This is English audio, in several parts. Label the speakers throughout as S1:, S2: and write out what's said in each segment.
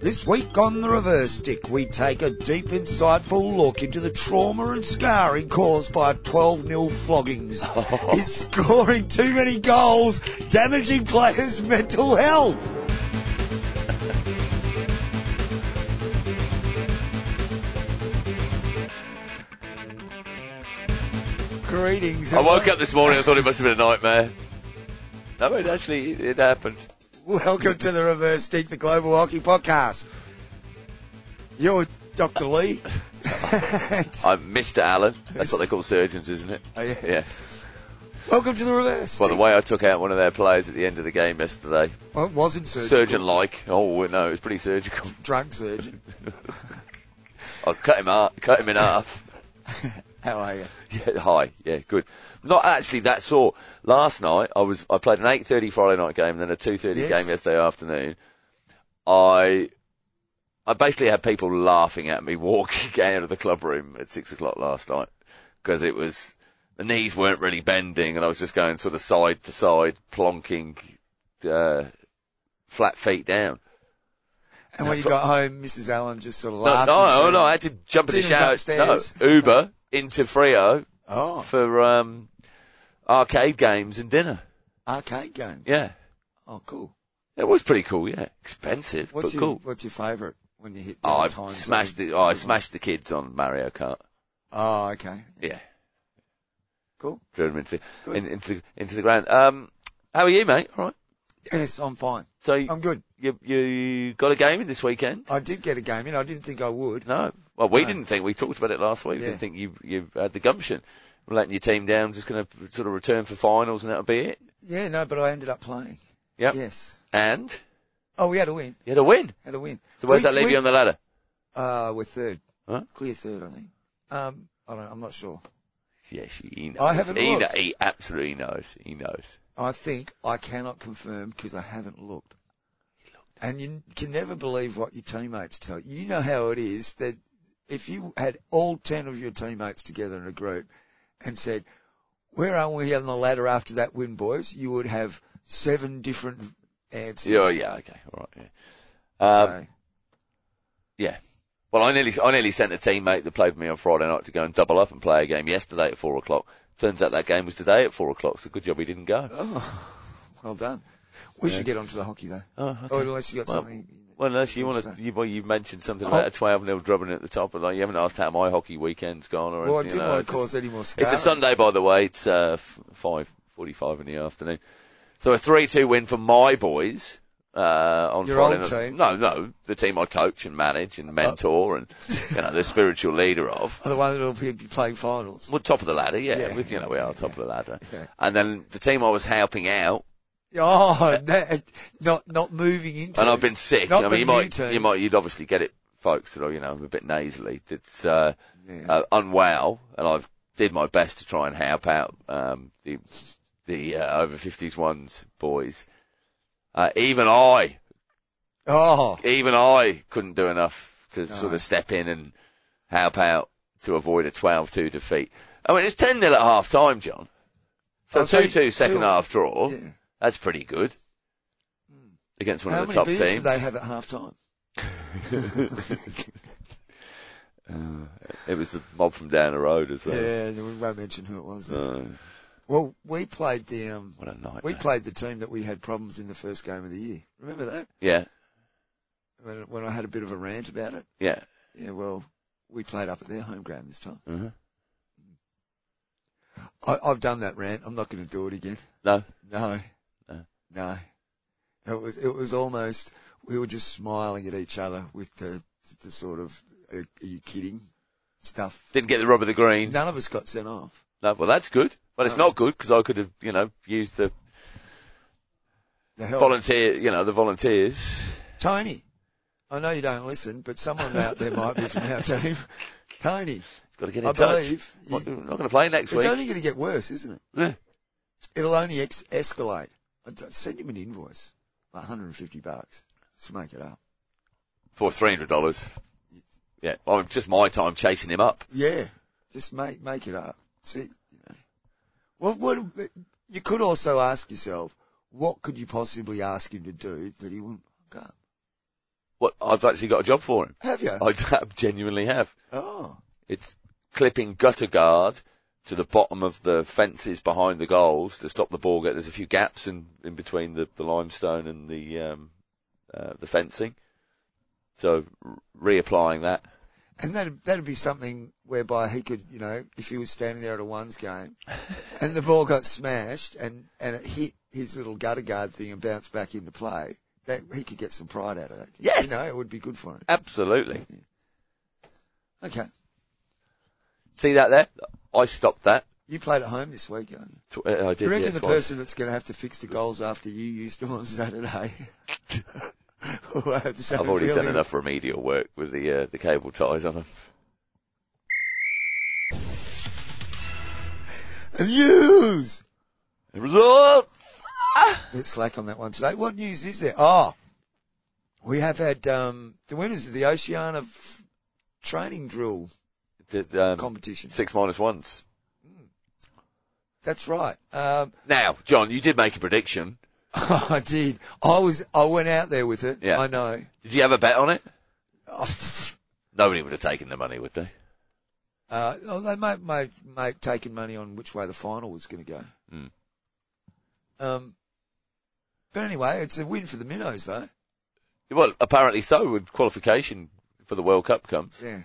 S1: This week on the Reverse Stick, we take a deep, insightful look into the trauma and scarring caused by 12 0 floggings. Is scoring too many goals damaging players' mental health? Greetings.
S2: I
S1: and
S2: woke up this morning. I thought it must have been a nightmare. No, it actually it happened.
S1: Welcome to the Reverse Stick, the Global Hockey Podcast. You're Dr. Lee.
S2: I'm Mr. Allen. That's what they call surgeons, isn't it?
S1: Oh, yeah.
S2: Yeah.
S1: Welcome to the Reverse
S2: By
S1: Stick.
S2: the way, I took out one of their players at the end of the game yesterday.
S1: Well, it wasn't surgeon.
S2: Surgeon-like. Oh no, it was pretty surgical.
S1: Drunk surgeon.
S2: I cut him up, cut him in half.
S1: How are you?
S2: Yeah, hi. Yeah, good. Not actually that sort. Last night I was I played an eight thirty Friday night game and then a two thirty
S1: Yes.
S2: game yesterday afternoon. I I basically had people laughing at me walking out of the club room at six o'clock last night because it was the knees weren't really bending and I was just going sort of side to side plonking uh, flat feet down.
S1: And when you got home, Mrs. Allen just sort of
S2: No,
S1: laughed. and
S2: no,
S1: said,
S2: no, I had to jump in the
S1: Dinner's
S2: shower.
S1: upstairs.
S2: No, Uber into Frio
S1: Oh,
S2: for um, arcade games and dinner.
S1: arcade game.
S2: Yeah.
S1: Oh, cool.
S2: It was pretty cool, yeah. Expensive,
S1: What's
S2: but
S1: your
S2: cool.
S1: What's your favourite when you hit the
S2: Oh, I
S1: time?
S2: smashed
S1: zone?
S2: the, oh, I smashed the kids on Mario Kart.
S1: Oh, okay,
S2: Yeah.
S1: cool.
S2: Drove them into the,
S1: Good.
S2: in, into the, into the ground. Um, how are you, mate? All right.
S1: Yes, I'm fine.
S2: So you,
S1: I'm good.
S2: you, you got a game in this weekend?
S1: I did get a game in. I didn't think I would.
S2: No. Well, we
S1: No.
S2: didn't think. We talked about it last week. We
S1: Yeah.
S2: didn't think you, you had the gumption. Letting your team down, just going to sort of return for finals and that'll be it.
S1: Yeah, no, but I ended up playing.
S2: Yep.
S1: Yes.
S2: And
S1: Oh, we had a win.
S2: you had a win.
S1: Had a win.
S2: So where's
S1: We-
S2: that leave
S1: we-
S2: you on the ladder?
S1: Uh, we're third.
S2: Huh?
S1: Clear third, I think. Um, I don't. I'm not sure.
S2: Yes, he knows.
S1: I haven't
S2: he, kn-
S1: looked.
S2: he absolutely knows. He knows.
S1: I think I cannot confirm because I haven't looked. And you can never believe what your teammates tell you. You know how it is that if you had all 10 of your teammates together in a group and said, where are we on the ladder after that win, boys? You would have seven different answers.
S2: Yeah, Oh, yeah, okay, all right. Yeah. Um,
S1: So,
S2: yeah. Well, I nearly, I nearly sent a teammate that played with me on Friday night to go and double up and play a game yesterday at four o'clock. Turns out that game was today at four o'clock, so good job he didn't go.
S1: Uh, Oh, well done. We should get onto the hockey though.
S2: Oh, okay.
S1: Or unless you got
S2: Well,
S1: something.
S2: Well, unless you want to, you, well, you mentioned something about
S1: Oh.
S2: a 12 0 drubbing at the top, but like, you haven't asked how my hockey weekend's gone or
S1: Well, I
S2: anything.
S1: didn't
S2: you know,
S1: want to
S2: just-
S1: cause any more
S2: It's
S1: scarring.
S2: a Sunday, by the way. It's uh, f- five forty-five in the afternoon. So a three-two win for my boys uh, on
S1: Your
S2: Friday.
S1: old
S2: night.
S1: team? Uh.
S2: No, no, the team I coach and manage and mentor, and you know the spiritual leader of.
S1: Or the one that'll be playing finals.
S2: Well, top of the ladder, yeah.
S1: Yeah.
S2: with you know we are top of the ladder,
S1: Yeah.
S2: and then the team I was helping out,
S1: Oh, that, not not moving into.
S2: and I've been sick.
S1: Not
S2: I
S1: the
S2: mean, you
S1: new
S2: might,
S1: team.
S2: you might, you'd obviously get it, folks. That are you know I'm a bit nasally. It's uh,
S1: Yeah.
S2: uh, unwell, and I did my best to try and help out um, the the uh, over fifties ones boys. Uh, even I,
S1: Oh,
S2: even I couldn't do enough to
S1: No.
S2: sort of step in and help out to avoid a 12-2 defeat. I mean, it's 10-0 at half time, John. So
S1: Oh, so
S2: 2-2 second
S1: two-
S2: half draw.
S1: yeah. Hmm.
S2: That's pretty good. Against one
S1: How
S2: of the
S1: many
S2: top
S1: beers
S2: teams.
S1: did they have at half time?
S2: Uh, It was the mob from down the road as well.
S1: Yeah, we won't mention who it was. Then.
S2: Uh,
S1: Well, we played the um,
S2: what a
S1: we
S2: nightmare.
S1: played the team that we had problems in the first game of the year. Remember that
S2: yeah,
S1: when when I had a bit of a rant about it?
S2: yeah.
S1: Yeah, well, we played up at their home ground this time.
S2: uh
S1: I, I've done that rant. I'm not going to do it again.
S2: No.
S1: No,
S2: No.
S1: no. It was it was almost we were just smiling at each other with the the sort of are you kidding stuff.
S2: Didn't get the rub of the green.
S1: None of us got sent off.
S2: No, well, that's good. Well, it's
S1: No.
S2: not good because I could have, you know, used the
S1: The hell-
S2: volunteer, you know, the volunteers.
S1: Tony, I know you don't listen, but someone out there might be from our team. Tony,
S2: Got to get in
S1: I
S2: touch.
S1: believe you-
S2: Not, not going to play next
S1: it's
S2: week.
S1: only going to get worse, isn't it?
S2: Yeah.
S1: It'll only ex- escalate. I d- Send him an invoice, like 150 bucks. Just make it up.
S2: For three hundred dollars. Yeah. Well, it's just my time chasing him up.
S1: Yeah, just make make it up. See, you know. Well, what you could also ask yourself, what could you possibly ask him to do that he wouldn't fuck up?
S2: What I've actually got a job for him.
S1: Have you?
S2: I d- genuinely have.
S1: oh,
S2: It's clipping gutter guard to the bottom of the fences behind the goals to stop the ball. Get there's a few gaps in, in between the, the limestone and the um, uh, the fencing. So r- reapplying that.
S1: and that that'd be something whereby he could, you know, if he was standing there at a ones game, and the ball got smashed and and it hit his little gutter guard thing and bounced back into play, that he could get some pride out of that.
S2: Yes.
S1: you know, it would be good for him.
S2: Absolutely.
S1: Okay,
S2: See that there? I stopped that.
S1: you played at home this week, aren't you?
S2: Tw- uh, I did.
S1: Do you reckon
S2: yeah,
S1: the
S2: twice.
S1: person that's going to have to fix the goals after you used them on Saturday? will have the same
S2: I've already done
S1: feeling?
S2: enough remedial work with the uh, the cable ties on them.
S1: News!
S2: Results. Ah!
S1: bit slack on that one today. What news is there? Ah, we have had um, the winners of the Oceania f- training drill
S2: Did, um,
S1: competition.
S2: six minus ones.
S1: That's right. Um,
S2: Now, John, you did make a prediction.
S1: I did. I was. I went out there with it.
S2: Yeah.
S1: I know.
S2: Did you have a bet on it?
S1: Oh,
S2: Nobody would have taken the money, would they?
S1: Uh, oh, they may, may, may have taken money on which way the final was going to go.
S2: Mm.
S1: Um, but anyway, it's a win for the minnows, though.
S2: Well, apparently so. With qualification for the World Cup comes.
S1: Yeah.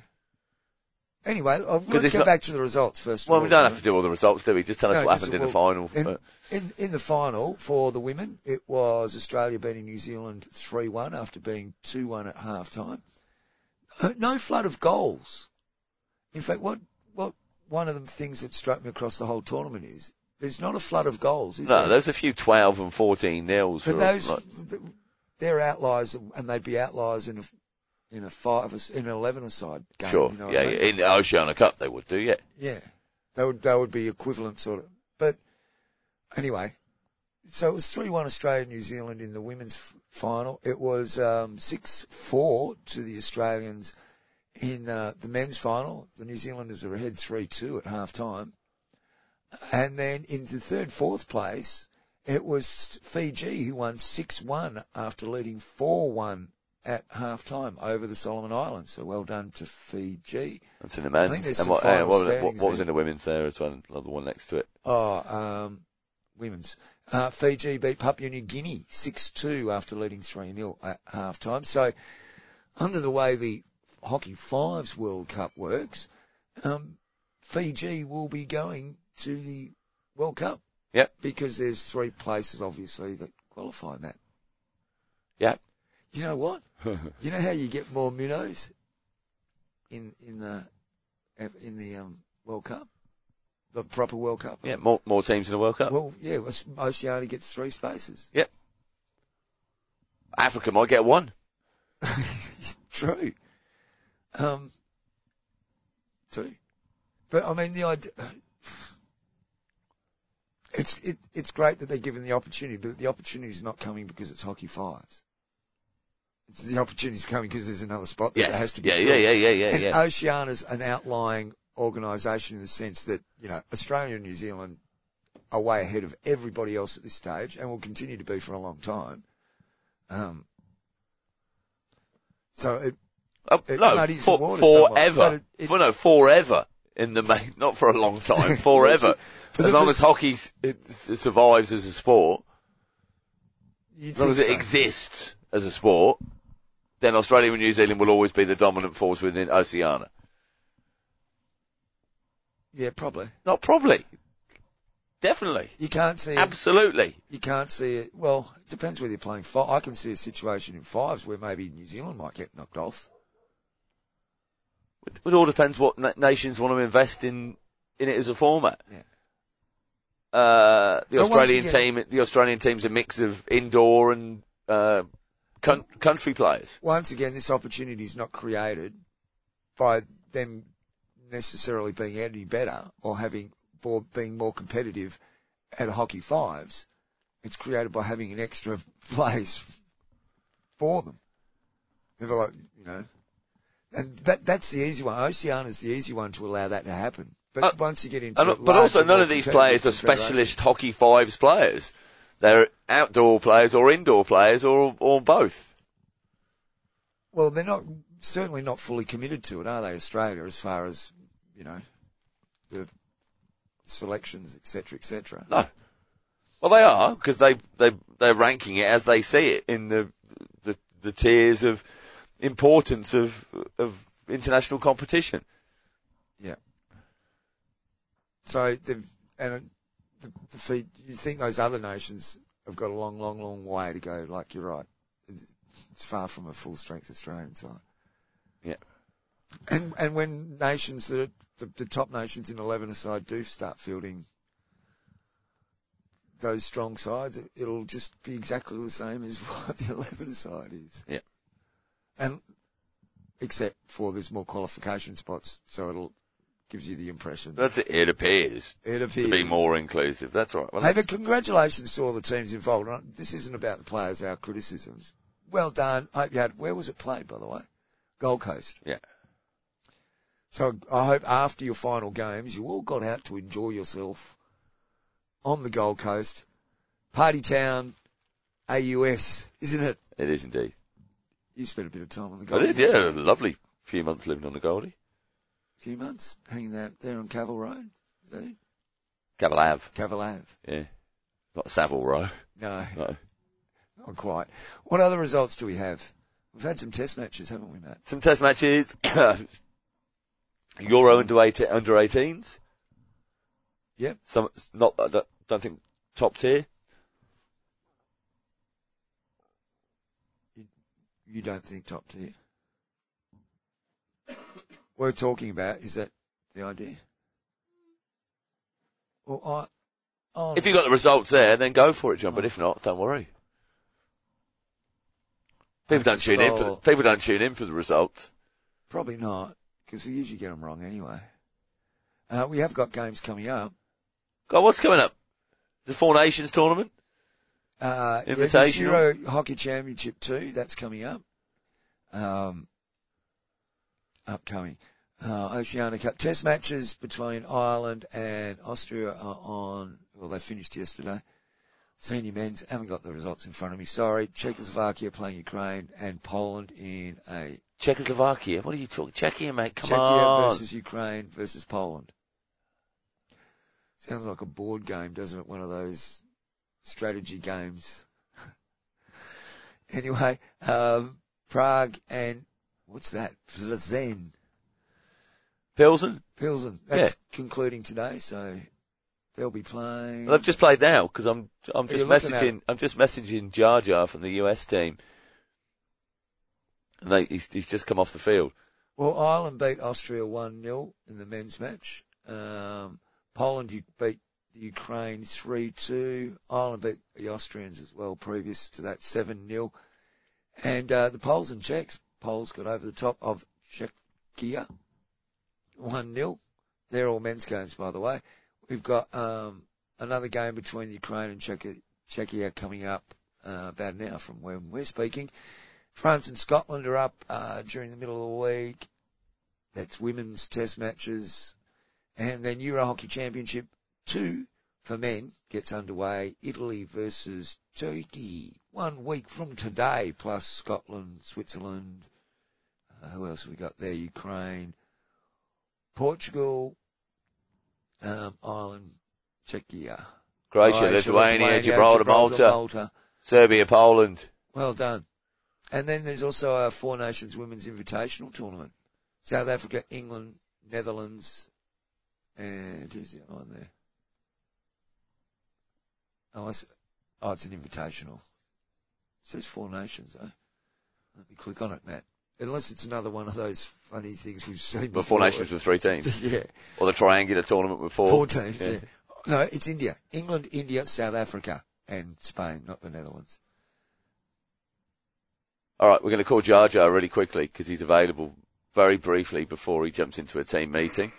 S1: Anyway, uh, let's
S2: it's
S1: go
S2: not-
S1: back to the results first. of
S2: Well, we
S1: all,
S2: don't
S1: you
S2: have
S1: know.
S2: to do all the results, do we? Just tell us
S1: No,
S2: what
S1: just
S2: happened in the
S1: what-
S2: final.
S1: In,
S2: but-
S1: in, in the final for the women, it was Australia beating New Zealand 3-1 after being 2-1 at half time. Uh, No flood of goals. In fact, what, what, one of the things that struck me across the whole tournament is, there's not a flood of goals, is
S2: no,
S1: there?
S2: there's a few 12 and 14 nils.
S1: But
S2: for,
S1: those,
S2: like-
S1: th- they're outliers and they'd be outliers in a, in a five, in an 11 side game.
S2: sure.
S1: you know what
S2: yeah,
S1: I mean?
S2: yeah. In the Oceania Cup, they would do, yeah.
S1: Yeah. That would, that would be equivalent sort of. But anyway, so it was 3-1 Australia, New Zealand in the women's f- final. It was, um, 6-4 to the Australians in, uh, the men's final. The New Zealanders are ahead 3-2 at half time. And then into third, fourth place, it was Fiji who won 6-1 after leading 4-1 at half time over the Solomon Islands. So well done to Fiji.
S2: That's in the
S1: I think
S2: men's.
S1: there's some
S2: And what, uh,
S1: final
S2: what, what,
S1: standings
S2: what was
S1: there.
S2: in the women's there as well? Another one next to it.
S1: Oh, um, women's. Uh, Fiji beat Papua New Guinea 6-2 after leading 3-0 at half time. So, under the way the Hockey Fives World Cup works, um, Fiji will be going to the World Cup
S2: Yep.
S1: because there's three places, obviously, that qualify, Matt.
S2: Yep.
S1: You know what? You know how you get more minnows in, in the, in the, um, World Cup? The proper World Cup?
S2: yeah, more, more teams in the World Cup.
S1: Well, yeah, Os- Oceania gets three spaces.
S2: Yep. Africa might get one.
S1: It's true. Um, two. But I mean, the idea. It's it, it's great that they're given the opportunity, but the opportunity is not coming because it's hockey fives. It's the opportunity's coming because there's another spot that
S2: Yes.
S1: has to be.
S2: yeah, yeah,
S1: filled.
S2: yeah, yeah, yeah,
S1: And
S2: yeah.
S1: Oceania's an outlying organisation in the sense that, you know, Australia and New Zealand are way ahead of everybody else at this stage and will continue to be for a long time. Um, so it,
S2: Oh,
S1: It
S2: no,
S1: muddies
S2: for,
S1: the water somewhat,
S2: forever.
S1: but it- it-
S2: for, no, forever. In the main, not for a long time, forever.
S1: For
S2: as
S1: the
S2: long
S1: first-
S2: as hockey s- it s- survives as a sport,
S1: you
S2: as long as it
S1: so.
S2: exists as a sport, then Australia and New Zealand will always be the dominant force within Oceania.
S1: yeah, probably.
S2: Not probably. Definitely.
S1: You can't see it,
S2: Absolutely.
S1: you can't see it. Well, it depends whether you're playing five. I can see a situation in fives where maybe New Zealand might get knocked off.
S2: It, it all depends what na- nations want to invest in, in it as a format.
S1: Yeah.
S2: Uh,
S1: But
S2: the
S1: once
S2: Australian
S1: again-
S2: team, the Australian team's a mix of indoor and, uh, coun- country players.
S1: once again, this opportunity is not created by them necessarily being any better or having or being more competitive at hockey fives. It's created by having an extra place for them. They're like, you know, and that that's the easy one. Oceania's the easy one to allow that to happen. But
S2: Uh,
S1: once you get into,
S2: And,
S1: it
S2: but also,
S1: larger,
S2: none
S1: more
S2: of these
S1: competitive
S2: players are
S1: confederations-
S2: specialist hockey fives players. They're outdoor players or indoor players or, or both.
S1: Well, they're not certainly not fully committed to it, are they? Australia, as far as you know, the selections, etc., etc.
S2: No. Well, they are because they they they're ranking it as they see it in the the, the tiers of importance of of international competition.
S1: Yeah. So the and the, the feed, you think those other nations have got a long, long, long way to go? Like you're right, it's far from a full strength Australian side.
S2: Yeah.
S1: And and when nations that are, the, the top nations in eleven aside do start fielding those strong sides, it, it'll just be exactly the same as what the eleven aside is.
S2: Yeah.
S1: And except for there's more qualification spots, so it'll gives you the impression.
S2: That's it. It appears
S1: It appears
S2: to be more inclusive. That's all right. Well,
S1: Hey,
S2: that's-
S1: but congratulations to all the teams involved. Uh, This isn't about the players, our criticisms. Well done. Hope you had, where was it played, by the way? Gold Coast.
S2: yeah.
S1: So I hope after your final games, you all got out to enjoy yourself on the Gold Coast. Party Town, AUS, isn't it?
S2: It is indeed.
S1: You spent a bit of time on the
S2: I
S1: Gold
S2: did, yeah. A lovely few months living on the Goldie.
S1: A few months hanging out there on Cavill Road. Is that it?
S2: Cavill Ave.
S1: Cavill Ave.
S2: Yeah. Not Savile Row.
S1: No,
S2: No.
S1: not quite. What other results do we have? We've had some test matches, haven't we, Matt?
S2: Some test matches. Euro under 18, under 18s.
S1: Yep.
S2: Some, not, I don't, don't think top tier.
S1: you don't think top tier. what we're talking about is that the idea. Well, I, I
S2: If you got the results there, then go for it, John. But if not, don't worry. People don't tune in for the,
S1: Well-
S2: people don't tune in for the results.
S1: probably not because we usually get them wrong anyway. Uh, we have got games coming up.
S2: God, what's coming up? The Four Nations tournament.
S1: Uh, yeah, this
S2: Invitational?
S1: Euro Hockey Championship too. That's coming up. Um, upcoming. Uh, Oceania Cup test matches between Ireland and Austria are on, well, they finished yesterday. Senior men's, haven't got the results in front of me, sorry. Czechoslovakia playing Ukraine and Poland in a
S2: Czechoslovakia. What are you talking? Czechia, mate. Come
S1: Czechia
S2: on.
S1: versus Ukraine versus Poland. Sounds like a board game, doesn't it? One of those strategy games. anyway, um, Prague and what's that? Plzeň,
S2: Pilsen.
S1: Pilsen. That's concluding today, so they'll be playing.
S2: Well, I've just played now because I'm I'm
S1: Hmm. Are you
S2: just
S1: looking at
S2: messaging I'm just messaging Jar Jar from the US team, and they, he's he's just come off the field.
S1: Well, Ireland beat Austria 1 0 in the men's match. Um, Poland u- beat the Ukraine 3 2. Ireland beat the Austrians as well, previous to that 7 0. And uh, the Poles and Czechs, Poles got over the top of Czechia 1 0. They're all men's games, by the way. We've got um, another game between Ukraine and Czechia, Czechia coming up uh, about an hour from when we're speaking. France and Scotland are up uh, during the middle of the week. That's women's test matches. And then Euro Hockey Championship 2 for men gets underway. Italy versus Turkey. One week from today, plus Scotland, Switzerland. Uh, who else have we got there? Ukraine, Portugal, um, Ireland, Czechia.
S2: Croatia, Lithuania, Gibraltar, Malta,
S1: Malta.
S2: Serbia, Poland.
S1: Well done. And then there's also our Four Nations Women's Invitational Tournament. South Africa, England, Netherlands, and who's the other one there? Oh, I s- oh, it's an invitational. It says Four Nations, eh? Let me click on it, Matt. Unless it's another one of those funny things we've seen
S2: The
S1: before.
S2: Four Nations with three teams,
S1: yeah.
S2: or the triangular tournament with four.
S1: Four teams, yeah.
S2: Yeah.
S1: No, it's India. England, India, South Africa, and Spain, not the Netherlands.
S2: All right, we're going to call Jar Jar really quickly because he's available very briefly before he jumps into a team meeting.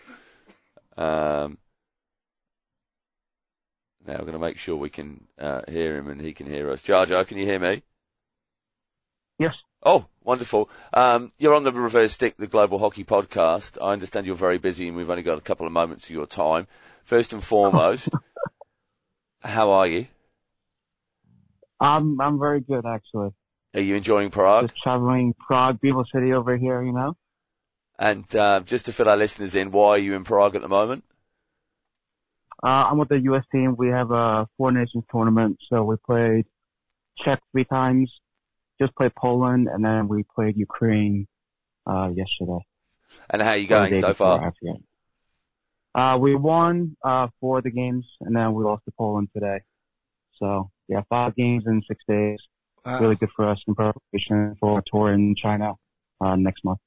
S2: Um, now we're going to make sure we can uh, hear him and he can hear us. Jar Jar, can you hear me?
S3: Yes.
S2: Oh, wonderful. Um, you're on the Reverse Stick, the Global Hockey Podcast. I understand you're very busy and we've only got a couple of moments of your time. First and foremost, how are you?
S3: I'm I'm very good actually.
S2: Are you enjoying Prague?
S3: Just traveling Prague, beautiful city over here, you know.
S2: And uh, just to fill our listeners in, why are you in Prague at the moment?
S3: Uh, I'm with the U.S. team. We have a Four Nations tournament, so we played Czech three times, just played Poland, and then we played Ukraine uh, yesterday.
S2: And how are you going
S3: Or the day
S2: so
S3: before,
S2: far?
S3: I forget. Uh, we won uh, four of the games, and then we lost to Poland today. So yeah, five games in six days.
S1: Wow.
S3: Really good for us in preparation for a tour in China uh, next month.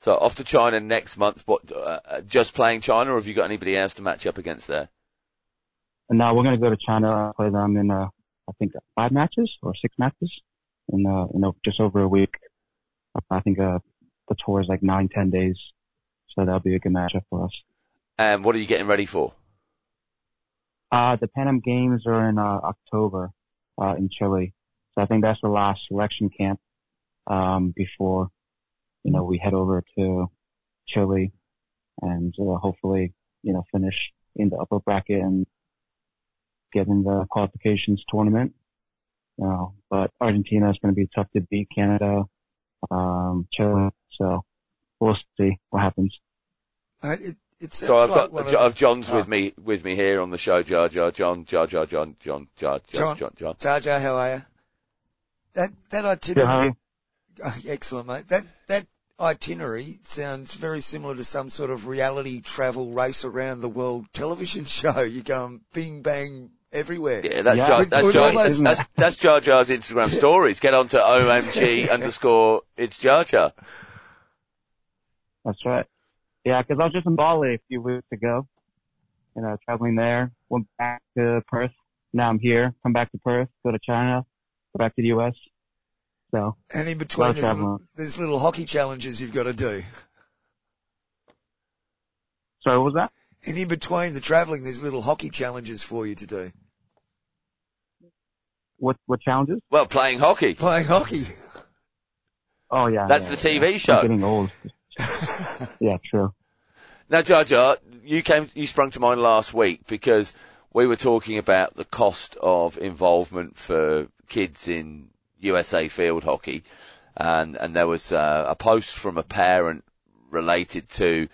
S2: So off to China next month. What? Uh, uh, just playing China, or have you got anybody else to match up against there?
S3: And now we're gonna go to China and play them in uh, I think five matches or six matches in uh, in uh, just over a week. I think uh, the tour is like nine ten days, so that'll be a good matchup for us.
S2: And what are you getting ready for?
S3: Uh, the Pan Am Games are in uh, October uh, in Chile, so I think that's the last selection camp um, before you know we head over to Chile and uh, hopefully you know finish in the upper bracket and get in the qualifications tournament. You know, but Argentina is going to be tough to beat Canada, um, Chile, so we'll see what happens.
S1: Uh, It, it sounds
S2: So I've
S1: like
S2: got
S1: one of
S2: Jo- I've John's
S1: Ah.
S2: with me with me here on the show. Jar Jar John Jar Jar John John Jar Jar
S1: John.
S2: John John.
S1: Jar Jar, how are you? That that
S3: Yeah,
S1: itinerary, oh,
S3: how are you?
S1: excellent mate. That that itinerary sounds very similar to some sort of reality travel race around the world television show. You go and bing bang everywhere.
S2: Yeah, that's
S3: Yeah.
S2: Jar,
S1: With-
S2: that's,
S1: with
S2: Jar,
S1: all those-
S2: that's, that's Jar Jar's Instagram stories. Get on to OMG underscore it's Jar Jar.
S3: That's right. Yeah, 'cause I was just in Bali a few weeks ago, you know, traveling there, went back to Perth. Now I'm here, come back to Perth, go to China, go back to the U.S. So,
S1: And in between,
S3: Well,
S1: there's little,
S3: Trevor.
S1: there's little hockey challenges you've got to do.
S3: sorry, what was that?
S1: And in between the travelling, there's little hockey challenges for you to do.
S3: What, what challenges?
S2: Well, playing hockey.
S1: Playing hockey.
S3: Oh yeah.
S2: That's
S3: yeah,
S2: the
S3: yeah.
S2: TV show.
S3: I'm getting old. yeah, true.
S2: Now, Jar Jar, you came, you sprung to mind last week because we were talking about the cost of involvement for kids in USA field hockey, and and there was uh, a post from a parent related to,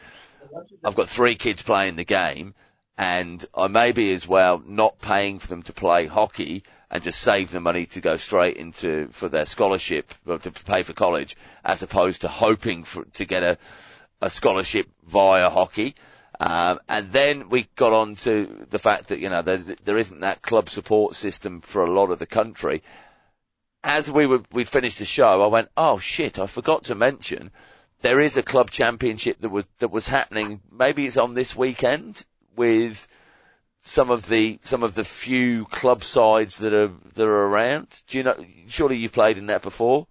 S2: I've got three kids playing the game, and I may be as well not paying for them to play hockey and just save the money to go straight into for their scholarship or to pay for college, as opposed to hoping for to get a a scholarship via hockey. Um, and then we got on to the fact that, you know, there's, there isn't that club support system for a lot of the country. As we were, we finished the show, I went, oh shit, I forgot to mention there is a club championship that was, that was happening. Maybe it's on this weekend with some of the, some of the few club sides that are, that are around. Do you know, surely you've played in that before?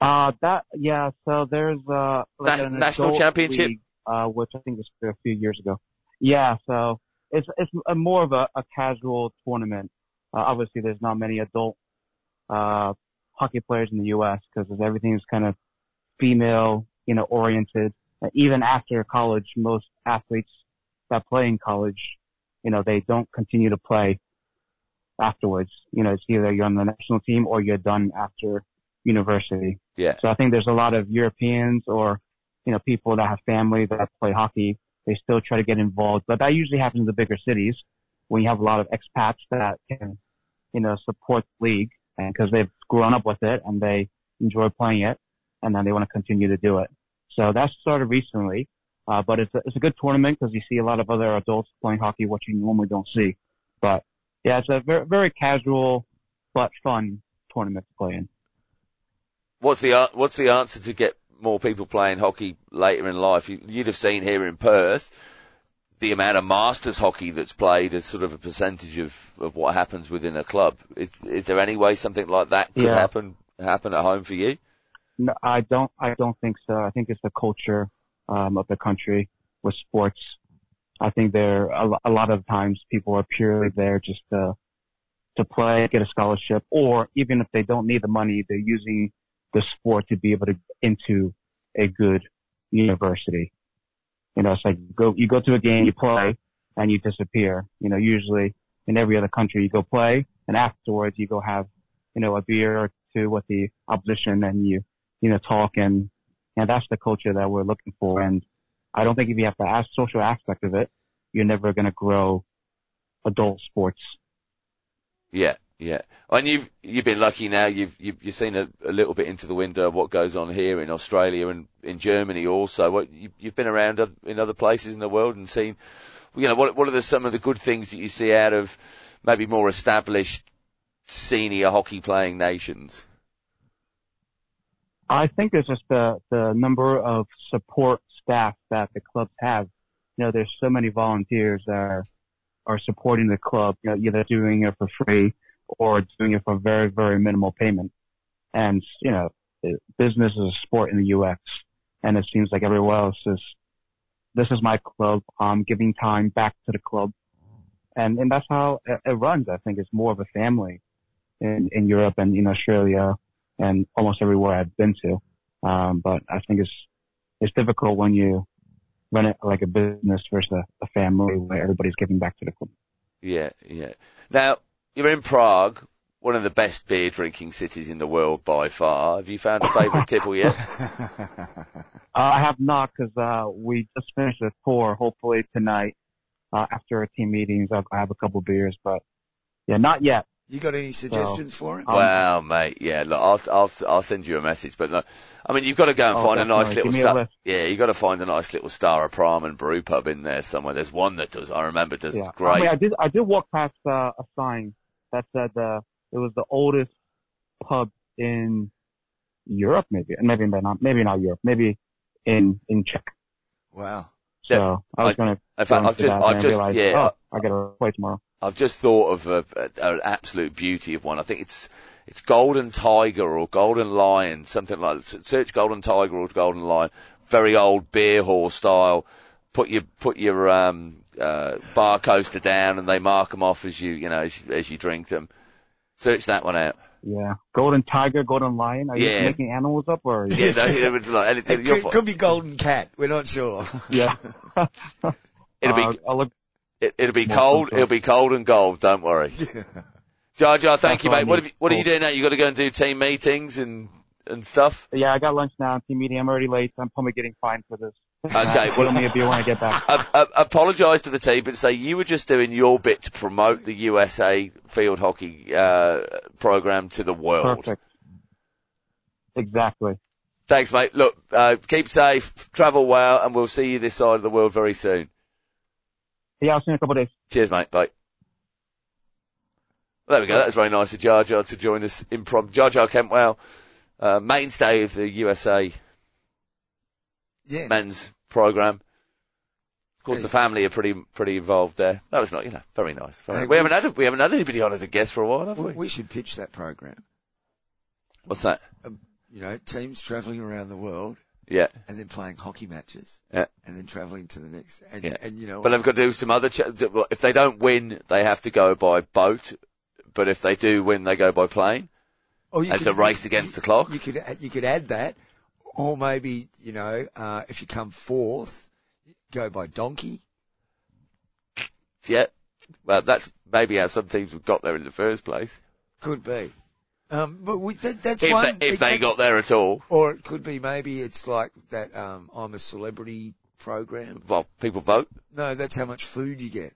S3: Uh, that, yeah, so there's, uh, like
S2: Na-
S3: an
S2: national
S3: adult
S2: championship?
S3: league, uh, which I think was a few years ago. Yeah, so it's, it's a more of a, a casual tournament. Uh, obviously there's not many adult, uh, hockey players in the U.S. because everything is kind of female, you know, oriented. Uh, Even after college, most athletes that play in college, you know, they don't continue to play afterwards. You know, it's either you're on the national team or you're done after university.
S2: Yeah.
S3: So I think there's a lot of Europeans or, you know, people that have family that play hockey. They still try to get involved, but that usually happens in the bigger cities when you have a lot of expats that can, you know, support the league and because they've grown up with it and they enjoy playing it and then they want to continue to do it. So that started recently, uh, but it's a, it's a good tournament because you see a lot of other adults playing hockey, which you normally don't see. But yeah, it's a very, very casual but fun tournament to play in.
S2: What's the ar- what's the answer to get more people playing hockey later in life? You- You'd have seen here in Perth the amount of masters hockey that's played as sort of a percentage of, of what happens within a club. Is is there any way something like that could
S3: Yeah.
S2: happen happen at home for you?
S3: No, I don't. I don't think so. I think it's the culture um, of the country with sports. I think there a, lo- a lot of times people are purely there just to to play, get a scholarship, or even if they don't need the money, they're using the sport to be able to into a good university. You know, it's like go you go to a game, you play, and you disappear. You know, usually in every other country. You go play and afterwards you go have, you know, a beer or two with the opposition and you, you know, talk and, and that's the culture that we're looking for. And I don't think if you have the social aspect of it, you're never going to grow adult sports.
S2: Yeah, yeah. And you've you've been lucky now. You've you've, you've seen a, a little bit into the window of what goes on here in Australia and in Germany also. What you, you've been around oth- in other places in the world and seen, you know, what what are the, some of the good things that you see out of maybe more established senior hockey playing nations?
S3: I think it's just the, the number of support staff that the clubs have. You know, there's so many volunteers that are, are supporting the club, you know, either doing it for free or doing it for very, very minimal payment. And, you know, it- business is a sport in the U.S. and it seems like everywhere else is, this is my club. I'm giving time back to the club. And, and that's how it, it runs. I think it's more of a family in, in Europe and in Australia and almost everywhere I've been to. Um, but I think it's, it's difficult when you run it like a business versus a, a family where everybody's giving back to the club.
S2: Yeah, yeah. Now you're in Prague, one of the best beer drinking cities in the world by far. Have you found a favourite tipple yet?
S3: Uh, I have not because uh, we just finished the tour. Hopefully tonight, uh, after our team meetings, I'll I'll have a couple beers. But yeah, not yet.
S1: you got any suggestions for it?
S3: Um,
S2: wow, mate. Yeah, look, I'll, I'll, I'll send you a message, but no, I mean, you've got to go and
S3: Oh,
S2: find a nice
S3: definitely.
S2: little
S3: Give me a
S2: star.
S3: list.
S2: Yeah, you've got to find a nice little star of Prime and Brew Pub in there somewhere. There's one that does, I remember does
S3: Yeah.
S2: great.
S3: I mean, I did. I did walk past uh, a sign that said uh, it was the oldest pub in Europe, maybe, maybe not, maybe not Europe, maybe in in Czech.
S1: Wow.
S3: So I was
S2: I-
S3: gonna.
S2: in fact,
S3: go
S2: I've just,
S3: into that
S2: I've
S3: and
S2: just,
S3: realized,
S2: yeah,
S3: oh, I gotta play tomorrow.
S2: I've just thought of a, a, an absolute beauty of one. I think it's it's Golden Tiger or Golden Lion, something like that. Search Golden Tiger or Golden Lion. Very old beer hall style. Put your put your um, uh, bar coaster down, and they mark them off as you you know as, as you drink them. Search that one out.
S3: Yeah, golden tiger, golden lion. Are
S2: Yeah.
S3: you making animals up or?
S2: Yeah, no, it would, like, anything,
S1: It
S2: you're
S1: could,
S2: fine.
S1: could be golden cat. We're not sure.
S3: yeah.
S2: it'll
S3: Uh,
S2: be
S3: I'll look-
S2: it, it'll be
S3: more
S2: cold.
S3: comfort.
S2: It'll be cold and gold. Don't worry. Jar Jar, thank
S3: That's
S2: you,
S3: what I
S2: mate. What
S3: need.
S2: have you, what are you doing now? You got to go and do team meetings and and stuff.
S3: yeah, I got lunch now. Team meeting. I'm already late. I'm probably getting fined for this.
S2: Okay, well,
S3: Give me a beer when I get back.
S2: I, I apologise to the team, but say you were just doing your bit to promote the USA field hockey uh, program to the world.
S3: Perfect. Exactly.
S2: Thanks, mate. Look, uh, keep safe, travel well, and we'll see you this side of the world very soon.
S3: Yeah, I'll see you in a couple of days.
S2: Cheers, mate. Bye. Well, there we go. That was very nice of Jar Jar to join us in prom. Jar Jar Kempwell, uh, mainstay of the USA
S1: yeah.
S2: men's program. Of course,
S1: Hey.
S2: the family are pretty pretty involved there. That was not, you know, very nice. Very
S1: Hey,
S2: we
S1: we-
S2: haven't had a- we haven't had anybody on as a guest for a while, have
S1: We,
S2: we?
S1: we should pitch that program.
S2: What's that?
S1: You know, teams traveling around the world
S2: Yeah,
S1: and then playing hockey matches
S2: yeah.
S1: and then traveling to the next. And,
S2: Yeah.
S1: and you know,
S2: But they've got to do some other. Ch- well, if they don't win, they have to go by boat. But if they do win, they go by plane.
S1: or oh, you
S2: It's a race against the clock.
S1: You could you could add that, or maybe you know, uh, if you come fourth, go by donkey.
S2: Yeah. Well, that's maybe how some teams have got there in the first place.
S1: Could be. Um, but we, that, that's
S2: If
S1: one.
S2: they, if
S1: it
S2: they
S1: could-
S2: got there at all.
S1: or it could be maybe it's like that. Um, I'm a celebrity program.
S2: Well, people vote.
S1: No, that's how much food you get.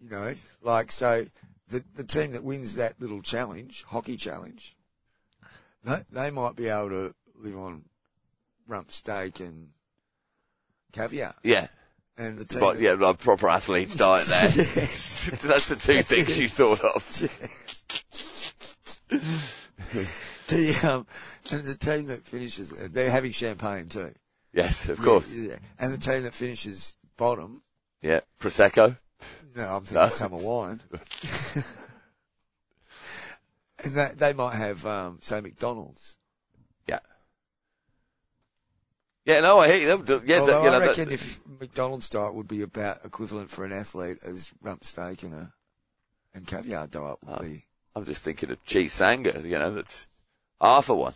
S1: You know, like so, the the team that wins that little challenge, hockey challenge, they, they might be able to live on rump steak and caviar,
S2: Yeah.
S1: and the team.
S2: Right, yeah, like proper athlete's diet there.
S1: Yes.
S2: that's the two
S1: That's
S2: things
S1: it.
S2: you thought of.
S1: the um, and the team that finishes, they're having champagne too.
S2: Yes, of course.
S1: Yeah, yeah. And the team that finishes bottom,
S2: Yeah. Prosecco.
S1: no, I'm thinking
S2: No.
S1: summer wine. and that, they might have, um, say McDonald's.
S2: Yeah. Yeah, no, I hear you. Yeah,
S1: Although
S2: that, you know,
S1: I
S2: that-
S1: reckon if McDonald's diet would be about equivalent for an athlete as rump steak and a and caviar diet would
S2: Oh.
S1: be
S2: I'm just thinking of cheese sanger, you know, that's half a one.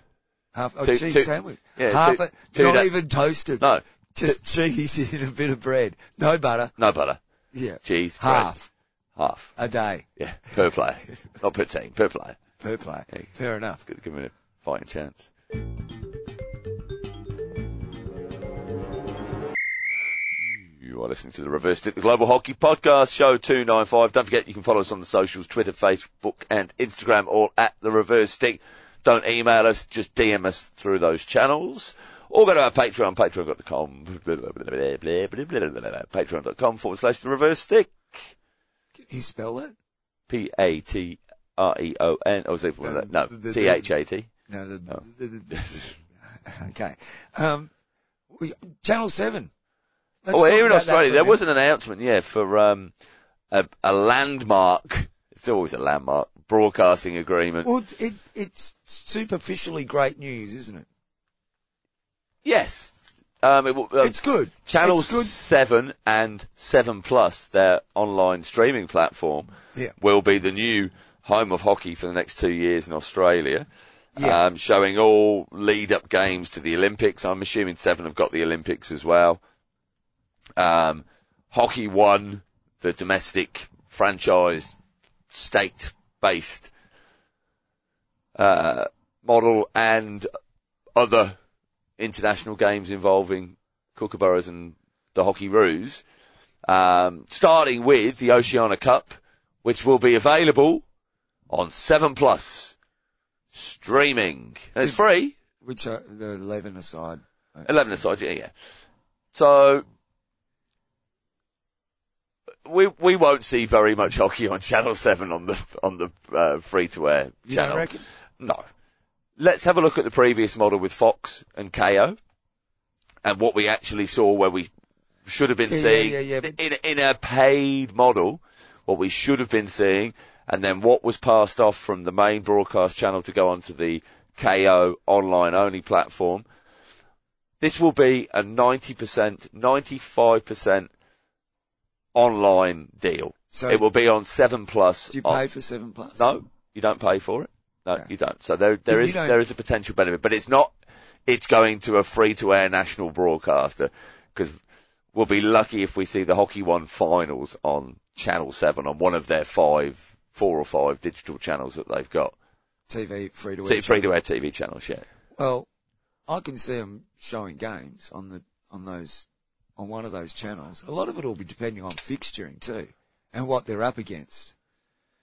S1: half a
S2: Two-
S1: cheese
S2: two-
S1: sandwich,
S2: yeah,
S1: half
S2: two-
S1: a,
S2: two
S1: not
S2: da-
S1: even toasted,
S2: No,
S1: just cheese in a bit of bread, no butter,
S2: no butter.
S1: yeah,
S2: Cheese,
S1: half.
S2: bread, half.
S1: a day
S2: Yeah, per player, not per team, per player.
S1: per play.
S2: Hey.
S1: Fair enough.
S2: Good, give him a fighting chance. You are listening to the Reverse Tip, the Global Hockey Podcast, show 295. Don't forget you can follow us on the socials, Twitter, Facebook and Instagram, all at the Reverse Stick. Don't email us, just DM us through those channels. Or go to our Patreon, patreon.com, patreon.com forward slash the Reverse Stick.
S1: Can you spell that?
S2: P-A-T-R-E-O-N, oh, is it,
S1: No,
S2: no,
S1: the- the-
S2: T-H-A-T.
S1: No. The,
S2: No.
S1: the- the- okay. Um, we, Channel Seven. Let's
S2: oh,
S1: talk
S2: here in
S1: about that
S2: Australia,
S1: for a
S2: there
S1: minute.
S2: was an announcement, yeah, for um, a, a landmark. It's always a landmark broadcasting agreement.
S1: Well, it, it's superficially great news, isn't it?
S2: yes, um, it, will- um,
S1: it's good.
S2: Channel
S1: It's good.
S2: Seven and Seven Plus, their online streaming platform,
S1: Yeah.
S2: will be the new home of hockey for the next two years in Australia.
S1: Yeah.
S2: Um, showing all lead-up games to the Olympics. I'm assuming Seven have got the Olympics as well. Um, Hockey One, the domestic franchise, state-based uh, model, and other international games involving Kookaburras and the Hockey Roos. Um, starting with the Oceania Cup, which will be available on Seven Plus streaming. And it's
S1: Is- Uh,
S2: free.
S1: Which are the eleven aside.
S2: Eleven aside, yeah, yeah. So we we won't see very much hockey on Channel Seven on the on the uh, free to air
S1: You
S2: channel.
S1: don't reckon?
S2: No. Let's have a look at the previous model with Fox and KO and what we actually saw where we should have been
S1: Yeah, yeah,
S2: seeing
S1: yeah, yeah, but-
S2: in in a paid model what we should have been seeing and then what was passed off from the main broadcast channel to go onto the KO online only platform. This will be a 90%, 95% online deal.
S1: So-
S2: it will be on 7 plus.
S1: Do you
S2: on-
S1: pay for Seven Plus?
S2: no, you don't pay for it. No,
S1: Okay.
S2: you don't. So there, there
S1: You
S2: is
S1: don't-
S2: there is a potential benefit, but it's not. It's going to a free to air national broadcaster because we'll be lucky if we see the Hockey One finals on Channel Seven on one of their five, four or five digital channels that they've got.
S1: TV free to air.
S2: Free to air TV channels, yeah.
S1: Well, I can see them showing games on the on those on one of those channels. A lot of it will be depending on fixturing too, and what they're up against.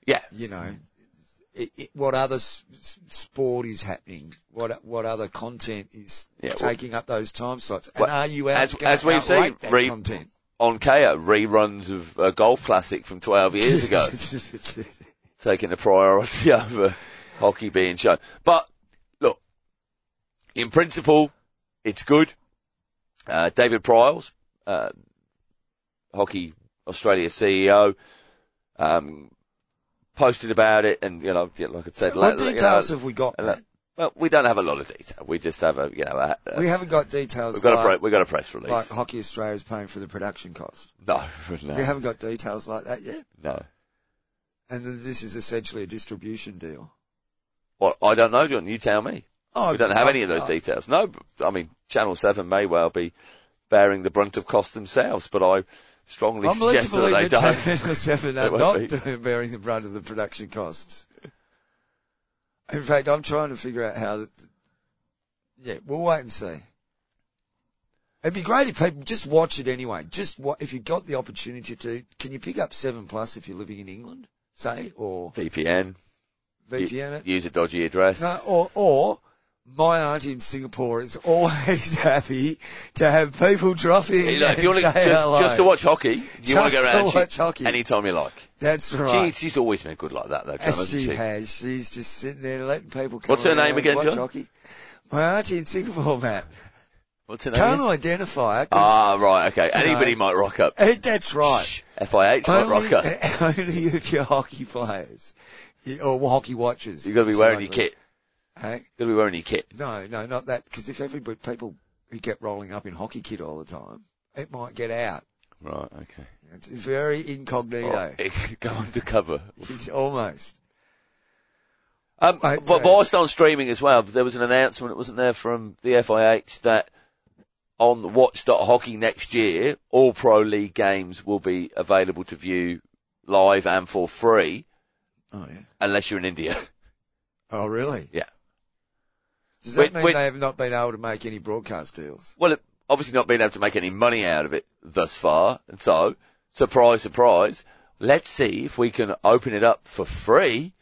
S2: Yeah,
S1: You know,
S2: Mm.
S1: it, it, what other s- s- sport is happening? What what other content is
S2: Yeah, well-
S1: taking up those time slots? And
S2: Well,
S1: are you out,
S2: as- as we've seen,
S1: outrate that
S2: re-
S1: content?
S2: on KO reruns of a golf classic from twelve years ago. taking the priority over hockey being shown. But look, in principle, it's good. Uh, David Pryles, uh, Hockey Australia CEO, um, posted about it, and you know, yeah, like I said,
S1: what
S2: la- la- you
S1: details
S2: know,
S1: have we got?
S2: la-
S1: Matt?
S2: well, we don't have a lot of detail. We just have a, you know, a, a,
S1: we haven't got details.
S2: uh, we've got
S1: like,
S2: a pre- we got a press release.
S1: like Hockey Australia's paying for the production cost.
S2: no, no,
S1: We haven't got details like that yet.
S2: no.
S1: And th- this is essentially a distribution deal.
S2: Well, I don't know, John. You tell me.
S1: Oh,
S2: We don't have any of those
S1: I-
S2: details. No, but, I mean, Channel 7 may well be bearing the brunt of cost themselves, but I strongly
S1: I'm led to
S2: suggest that
S1: believe
S2: they
S1: that
S2: don't.
S1: Channel 7 are
S2: They
S1: not
S2: won't
S1: doing- bearing the brunt of the production costs. In fact, I'm trying to figure out how. That, yeah, we'll wait and see. It'd be great if people just watch it anyway. Just wa if you got the opportunity to, can you pick up Seven Plus if you're living in England, say, or
S2: VPN,
S1: VPN it?
S2: use a dodgy address.
S1: No, or, or my auntie in Singapore is always happy to have people drop in
S2: You know, if
S1: and
S2: you want
S1: say
S2: to, just,
S1: hello.
S2: just to watch hockey, you want
S1: Just
S2: to go
S1: to
S2: around
S1: watch hockey.
S2: anytime you like.
S1: That's
S2: She,
S1: right.
S2: she's always been good like that, though, John,
S1: As
S2: hasn't
S1: she
S2: she?
S1: has. She's just sitting there letting people come
S2: What's her
S1: around
S2: name
S1: and
S2: again,
S1: watch
S2: John?
S1: Hockey. My auntie in Singapore, Matt.
S2: What's her name?
S1: Can't
S2: again?
S1: identify her. 'cause-
S2: Ah, right, okay. Anybody
S1: know.
S2: might rock up.
S1: Eh, That's right.
S2: Shh, FIH might rock up.
S1: only if you're hockey players. You- Or hockey watchers.
S2: You've got to be
S1: So
S2: wearing your
S1: like-
S2: kit.
S1: Hey?
S2: You've got to be wearing your kit.
S1: No, no, not that. Because if everybody, people who get rolling up in hockey kit all the time, it might get out.
S2: Right, okay.
S1: It's very incognito.
S2: Right. Go undercover.
S1: It's almost.
S2: Um,
S1: Right,
S2: but
S1: so-
S2: whilst on streaming as well, there was an announcement, wasn't there, from the FIH that on watch.hockey next year, all pro league games will be available to view live and for free
S1: Oh yeah.
S2: unless you're in India.
S1: Oh really?
S2: Yeah.
S1: Does that
S2: Wait,
S1: mean
S2: wait.
S1: they have not been able to make any broadcast deals?
S2: Well, it, obviously not being able to make any money out of it thus far. And so, surprise, surprise, let's see if we can open it up for free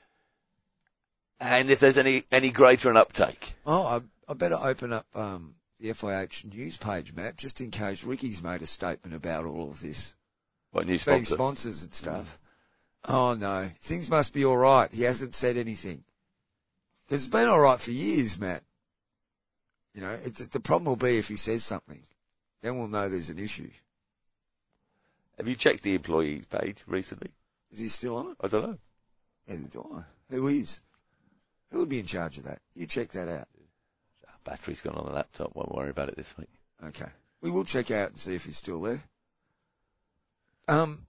S2: and if there's any, any greater an uptake.
S1: Oh, I, I better open up um, the FIH news page, Matt, just in case Ricky's made a statement about all of this.
S2: What new
S1: Being
S2: sponsor?
S1: sponsors and stuff. Oh no, things must be all right. He hasn't said anything. 'Cause It's been all right for years, Matt. You know, it, the problem will be if he says something, then we'll know there's an issue.
S2: Have you checked the employees page recently?
S1: Is he still on it?
S2: I don't know.
S1: Neither do I. Who is? Who would be in charge of that? You check that out.
S2: Battery's gone on the laptop. Won't worry about it this week.
S1: Okay. We will check out and see if he's still there. Um,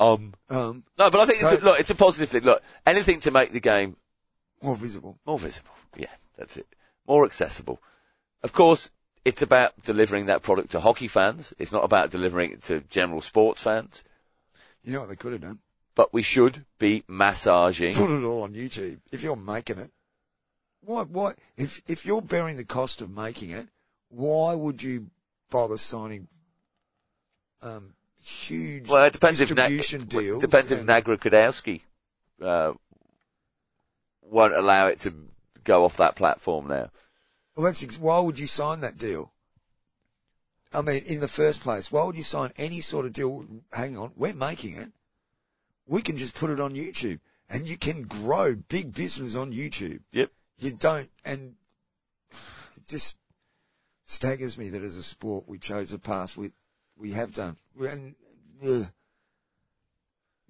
S2: Um,
S1: um,
S2: no, but I think it's a,
S1: So-
S2: look, it's a positive thing. Look, anything to make the game
S1: more visible.
S2: more visible. Yeah, that's it. More accessible. Of course, it's about delivering that product to hockey fans. It's not about delivering it to general sports fans.
S1: You know what they could have done?
S2: But we should be massaging.
S1: Put it all on YouTube. If you're making it, why, why, if, if you're bearing the cost of making it, why would you bother signing, um, huge
S2: Well, it depends if Nag-
S1: distribution deals?
S2: depends if
S1: and-
S2: Nagra Kudowski uh, won't allow it to go off that platform now.
S1: Well, that's ex- why would you sign that deal? I mean, in the first place, why would you sign any sort of deal? Hang on, we're making it. We can just put it on YouTube, and you can grow big business on YouTube.
S2: Yep.
S1: You don't, and it just staggers me that as a sport we chose a path we we have done. We- And ugh.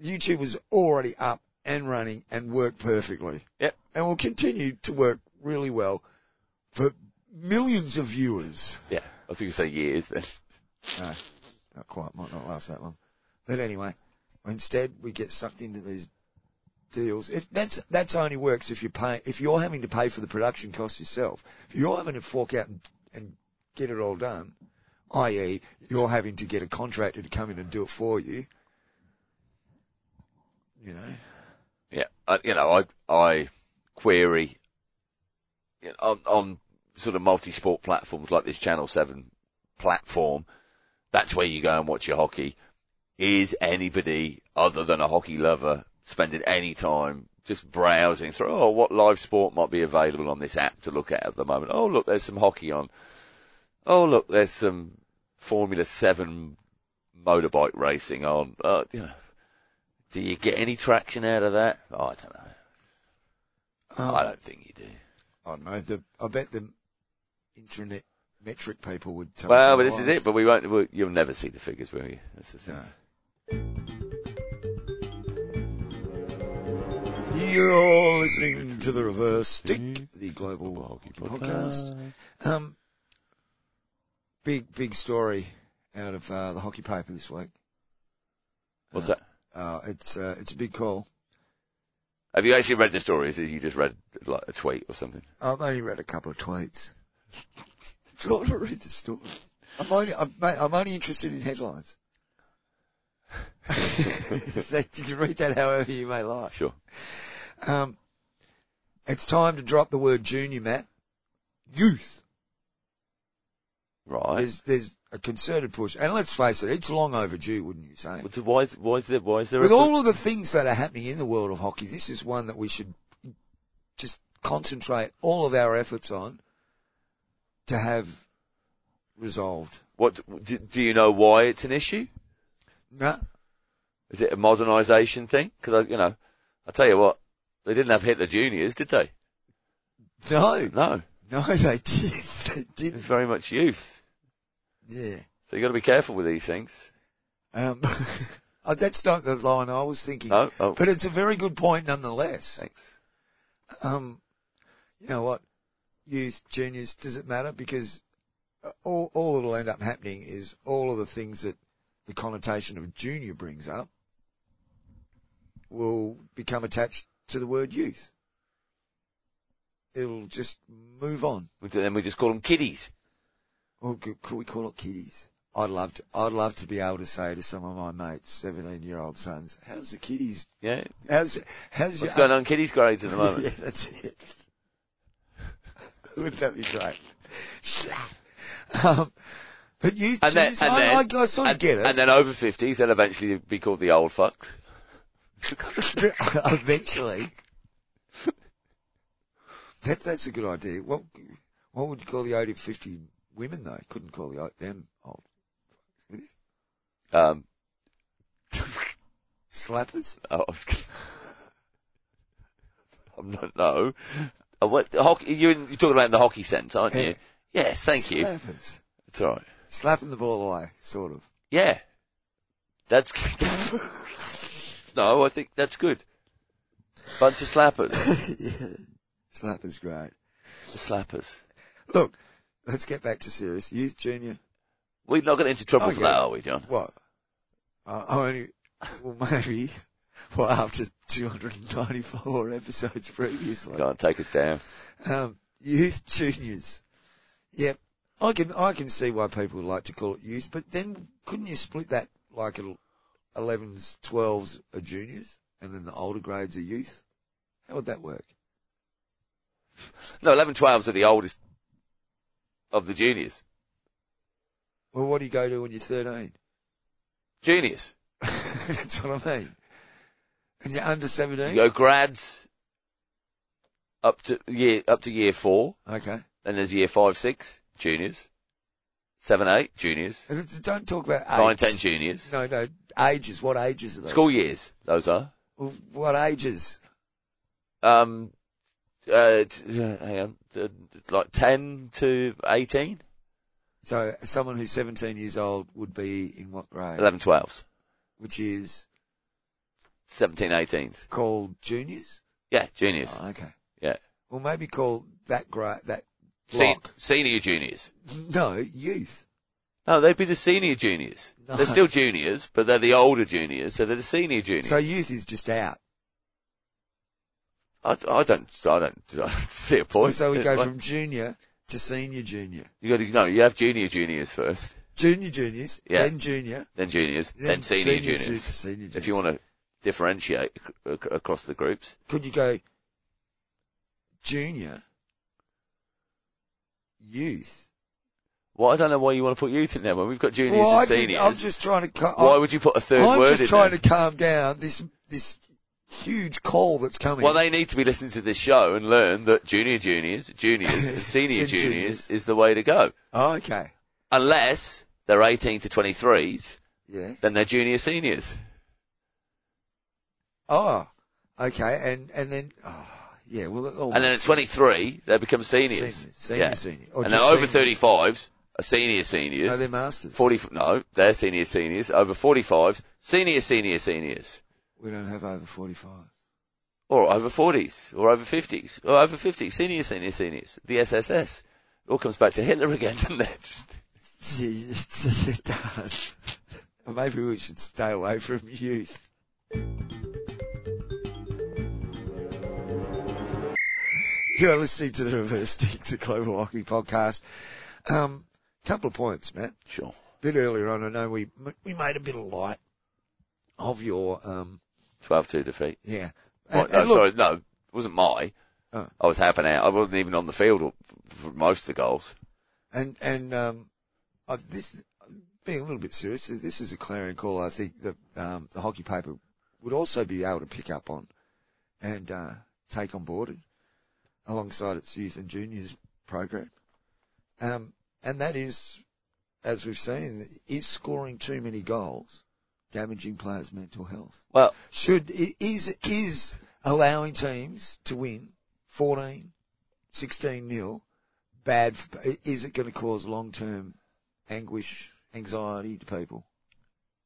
S1: YouTube was already up and running and worked perfectly
S2: Yep.
S1: and will continue to work really well for millions of viewers.
S2: Yeah. I think you say years then.
S1: No, not quite. Might not last that long. But anyway, instead we get sucked into these deals. If that's that's only works if you pay if you're having to pay for the production costs yourself. If you're having to fork out and, and get it all done, i.e., you're having to get a contractor to come in and do it for you. You know,
S2: Yeah, I, you know, I I query you know, on on sort of multi-sport platforms like this Channel Seven platform. That's where you go and watch your hockey. Is anybody other than a hockey lover spending any time just browsing through? Oh, what live sport might be available on this app to look at at the moment? Oh, look, there's some hockey on. Oh, look, there's some Formula Seven motorbike racing on. Uh, you know, do you get any traction out of that? Oh, I don't know.
S1: Um,
S2: I don't think you do.
S1: I don't know. The, I bet the intranet metric people would tell
S2: Well,
S1: us
S2: but this is
S1: otherwise.
S2: it. But we won't. we you'll never see the figures, will you? That's the thing.
S1: No. You're listening to the Reverse Stick, the global
S2: Hockey
S1: podcast. Um, big big story out of uh, the hockey paper this week.
S2: What's that?
S1: Uh, it's uh, it's a big call.
S2: Have you actually read the story? Is it you just read like a tweet or something?
S1: I've only read a couple of tweets. Trying to read the story. I'm only I'm, mate, I'm only interested in headlines. That- you can read that however you may like.
S2: Sure.
S1: Um, it's time to drop the word junior, Matt. Youth.
S2: Right.
S1: There's there's a concerted push, and let's face it, it's long overdue, wouldn't you say?
S2: Well, so why is why is there why is there
S1: With
S2: a
S1: all of the things that are happening in the world of hockey, this is one that we should just concentrate all of our efforts on to have resolved.
S2: what do, do you know why it's an issue?
S1: No,
S2: Is it a modernisation thing? Because you know, I tell you what, they didn't have Hitler juniors, did they?
S1: no,
S2: No,
S1: no, they did, they did,
S2: it's very much youth.
S1: yeah.
S2: So you got to be careful with these things.
S1: Um, oh, that's not the line I was thinking,
S2: No. Oh,
S1: but it's a very good point nonetheless.
S2: thanks.
S1: um, you know what, youth, juniors, does it matter? Because uh, all, all that'll end up happening is all of the things that the connotation of junior brings up will become attached to the word youth. It'll just move on. Oh,
S2: We- Then we just call them kiddies.
S1: Or c- could we call it kiddies? I'd love to, I'd love to be able to say to some of my mates, 17 year old sons, how's the kiddies?
S2: Yeah.
S1: How's, how's
S2: What's
S1: your,
S2: going on in kiddies grades at the moment?
S1: yeah, that's it. Wouldn't that be great? um, but you,
S2: And then,
S1: geez,
S2: and
S1: I, I,
S2: then,
S1: I sort of
S2: and,
S1: get it.
S2: and then over fifties, they'll eventually be called the old fucks.
S1: eventually. That, that's a good idea. What what would you call the old fifty women though? Couldn't call the old- them old
S2: Um,
S1: slappers.
S2: oh, I was gonna- I'm not no. Uh, what the hockey? You you're talking about in the hockey sense, aren't
S1: Yeah.
S2: you? Yes, thank you.
S1: Slappers.
S2: It's all right.
S1: Slapping the ball away, sort of.
S2: Yeah, that's no. I think that's good. Bunch of slappers,
S1: yeah. Slappers, great.
S2: the slappers.
S1: Look, let's get back to serious youth junior.
S2: We're not getting into trouble
S1: Okay.
S2: for that, are we, John?
S1: What? Uh, I only, well, maybe. Well, after 294 episodes previously.
S2: Can't take us down.
S1: Um, youth juniors. Yep. I can, I can see why people would like to call it youth, but then couldn't you split that like el- 11s, 12s are juniors and then the older grades are youth? How would that work?
S2: No, 11, 12s are the oldest of the juniors.
S1: Well, what do you go to when you're 13?
S2: Juniors.
S1: That's what I mean. And you're under
S2: You
S1: 17?
S2: go grads up to year up to year four,
S1: Okay.
S2: then there's year five, six juniors, seven, eight juniors,
S1: And it's- Don't talk about age.
S2: nine, ten juniors.
S1: No, no. Ages. What ages are those?
S2: School years, those are.
S1: What ages?
S2: Um, uh, t- uh, hang on, t- like ten to 18?
S1: So someone who's 17 years old would be in what grade?
S2: 11, 12s,
S1: Which is
S2: 17, 18s.
S1: called juniors?
S2: Yeah, juniors.
S1: Oh, okay.
S2: Yeah.
S1: Well, maybe call that grade, that
S2: Se-
S1: block.
S2: senior juniors.
S1: no, youth.
S2: No, they'd be the senior juniors.
S1: No.
S2: They're still juniors, but they're the older juniors, so they're the senior juniors.
S1: So youth is just out.
S2: I, I don't, I don't, I don't see a point.
S1: So we go
S2: Like,
S1: from junior to senior junior.
S2: you got to no, you have junior juniors first,
S1: Junior juniors,
S2: Yeah.
S1: then junior,
S2: then juniors,
S1: then,
S2: then, senior, juniors.
S1: ju- Senior juniors.
S2: If you want to differentiate ac- ac- across the groups,
S1: Could you go junior, youth?
S2: well, I don't know why you want to put youth in there when we've got juniors
S1: well, I
S2: and
S1: didn't-
S2: seniors.
S1: I'm just trying to. Cu-
S2: why
S1: I'm-
S2: would you put a third
S1: I'm
S2: word
S1: just
S2: in
S1: trying
S2: there?
S1: to calm down this this huge call that's coming.
S2: Well, they need to be listening to this show and learn that junior juniors, juniors, and senior
S1: Senior
S2: juniors,
S1: juniors.
S2: is the way to go.
S1: oh, okay.
S2: Unless they're 18 to 23s,
S1: Yeah.
S2: then they're junior seniors.
S1: Oh, okay. And and then oh, yeah. Well, it all
S2: And then at
S1: makes
S2: 23, they become seniors.
S1: Seniors, senior,
S2: Yeah.
S1: senior. Or
S2: and
S1: just
S2: now over
S1: seniors.
S2: 35s are senior
S1: sense. No,
S2: seniors.
S1: they're masters.
S2: 40, no, they're senior seniors. Over 45s, senior senior seniors.
S1: We don't have over forty-five.
S2: Or over 40s, or over 50s, or over 50s, senior senior seniors. The SSS. It all comes back to Hitler again, doesn't it? Just,
S1: Gee, it does. Maybe we should stay away from youth. You are listening to the Reverse Sticks, the Global Hockey Podcast. Um, couple of points, Matt.
S2: sure.
S1: bit earlier on, I know we we made a bit of light of your um
S2: 12-2 defeat.
S1: yeah.
S2: Right, no, sorry, no, it wasn't my.
S1: Oh.
S2: I was helping out. I wasn't even on the field or- for most of the goals.
S1: and and um, uh, this being a little bit serious, this is a clarion call. I think that um, the hockey paper would also be able to pick up on and uh, take on board, alongside its youth and juniors program. Um, and that is, as we've seen, is scoring too many goals damaging players' mental health.
S2: Well,
S1: should i- is is allowing teams to win 14 16 nil bad for, i- is it going to cause long-term anguish anxiety to people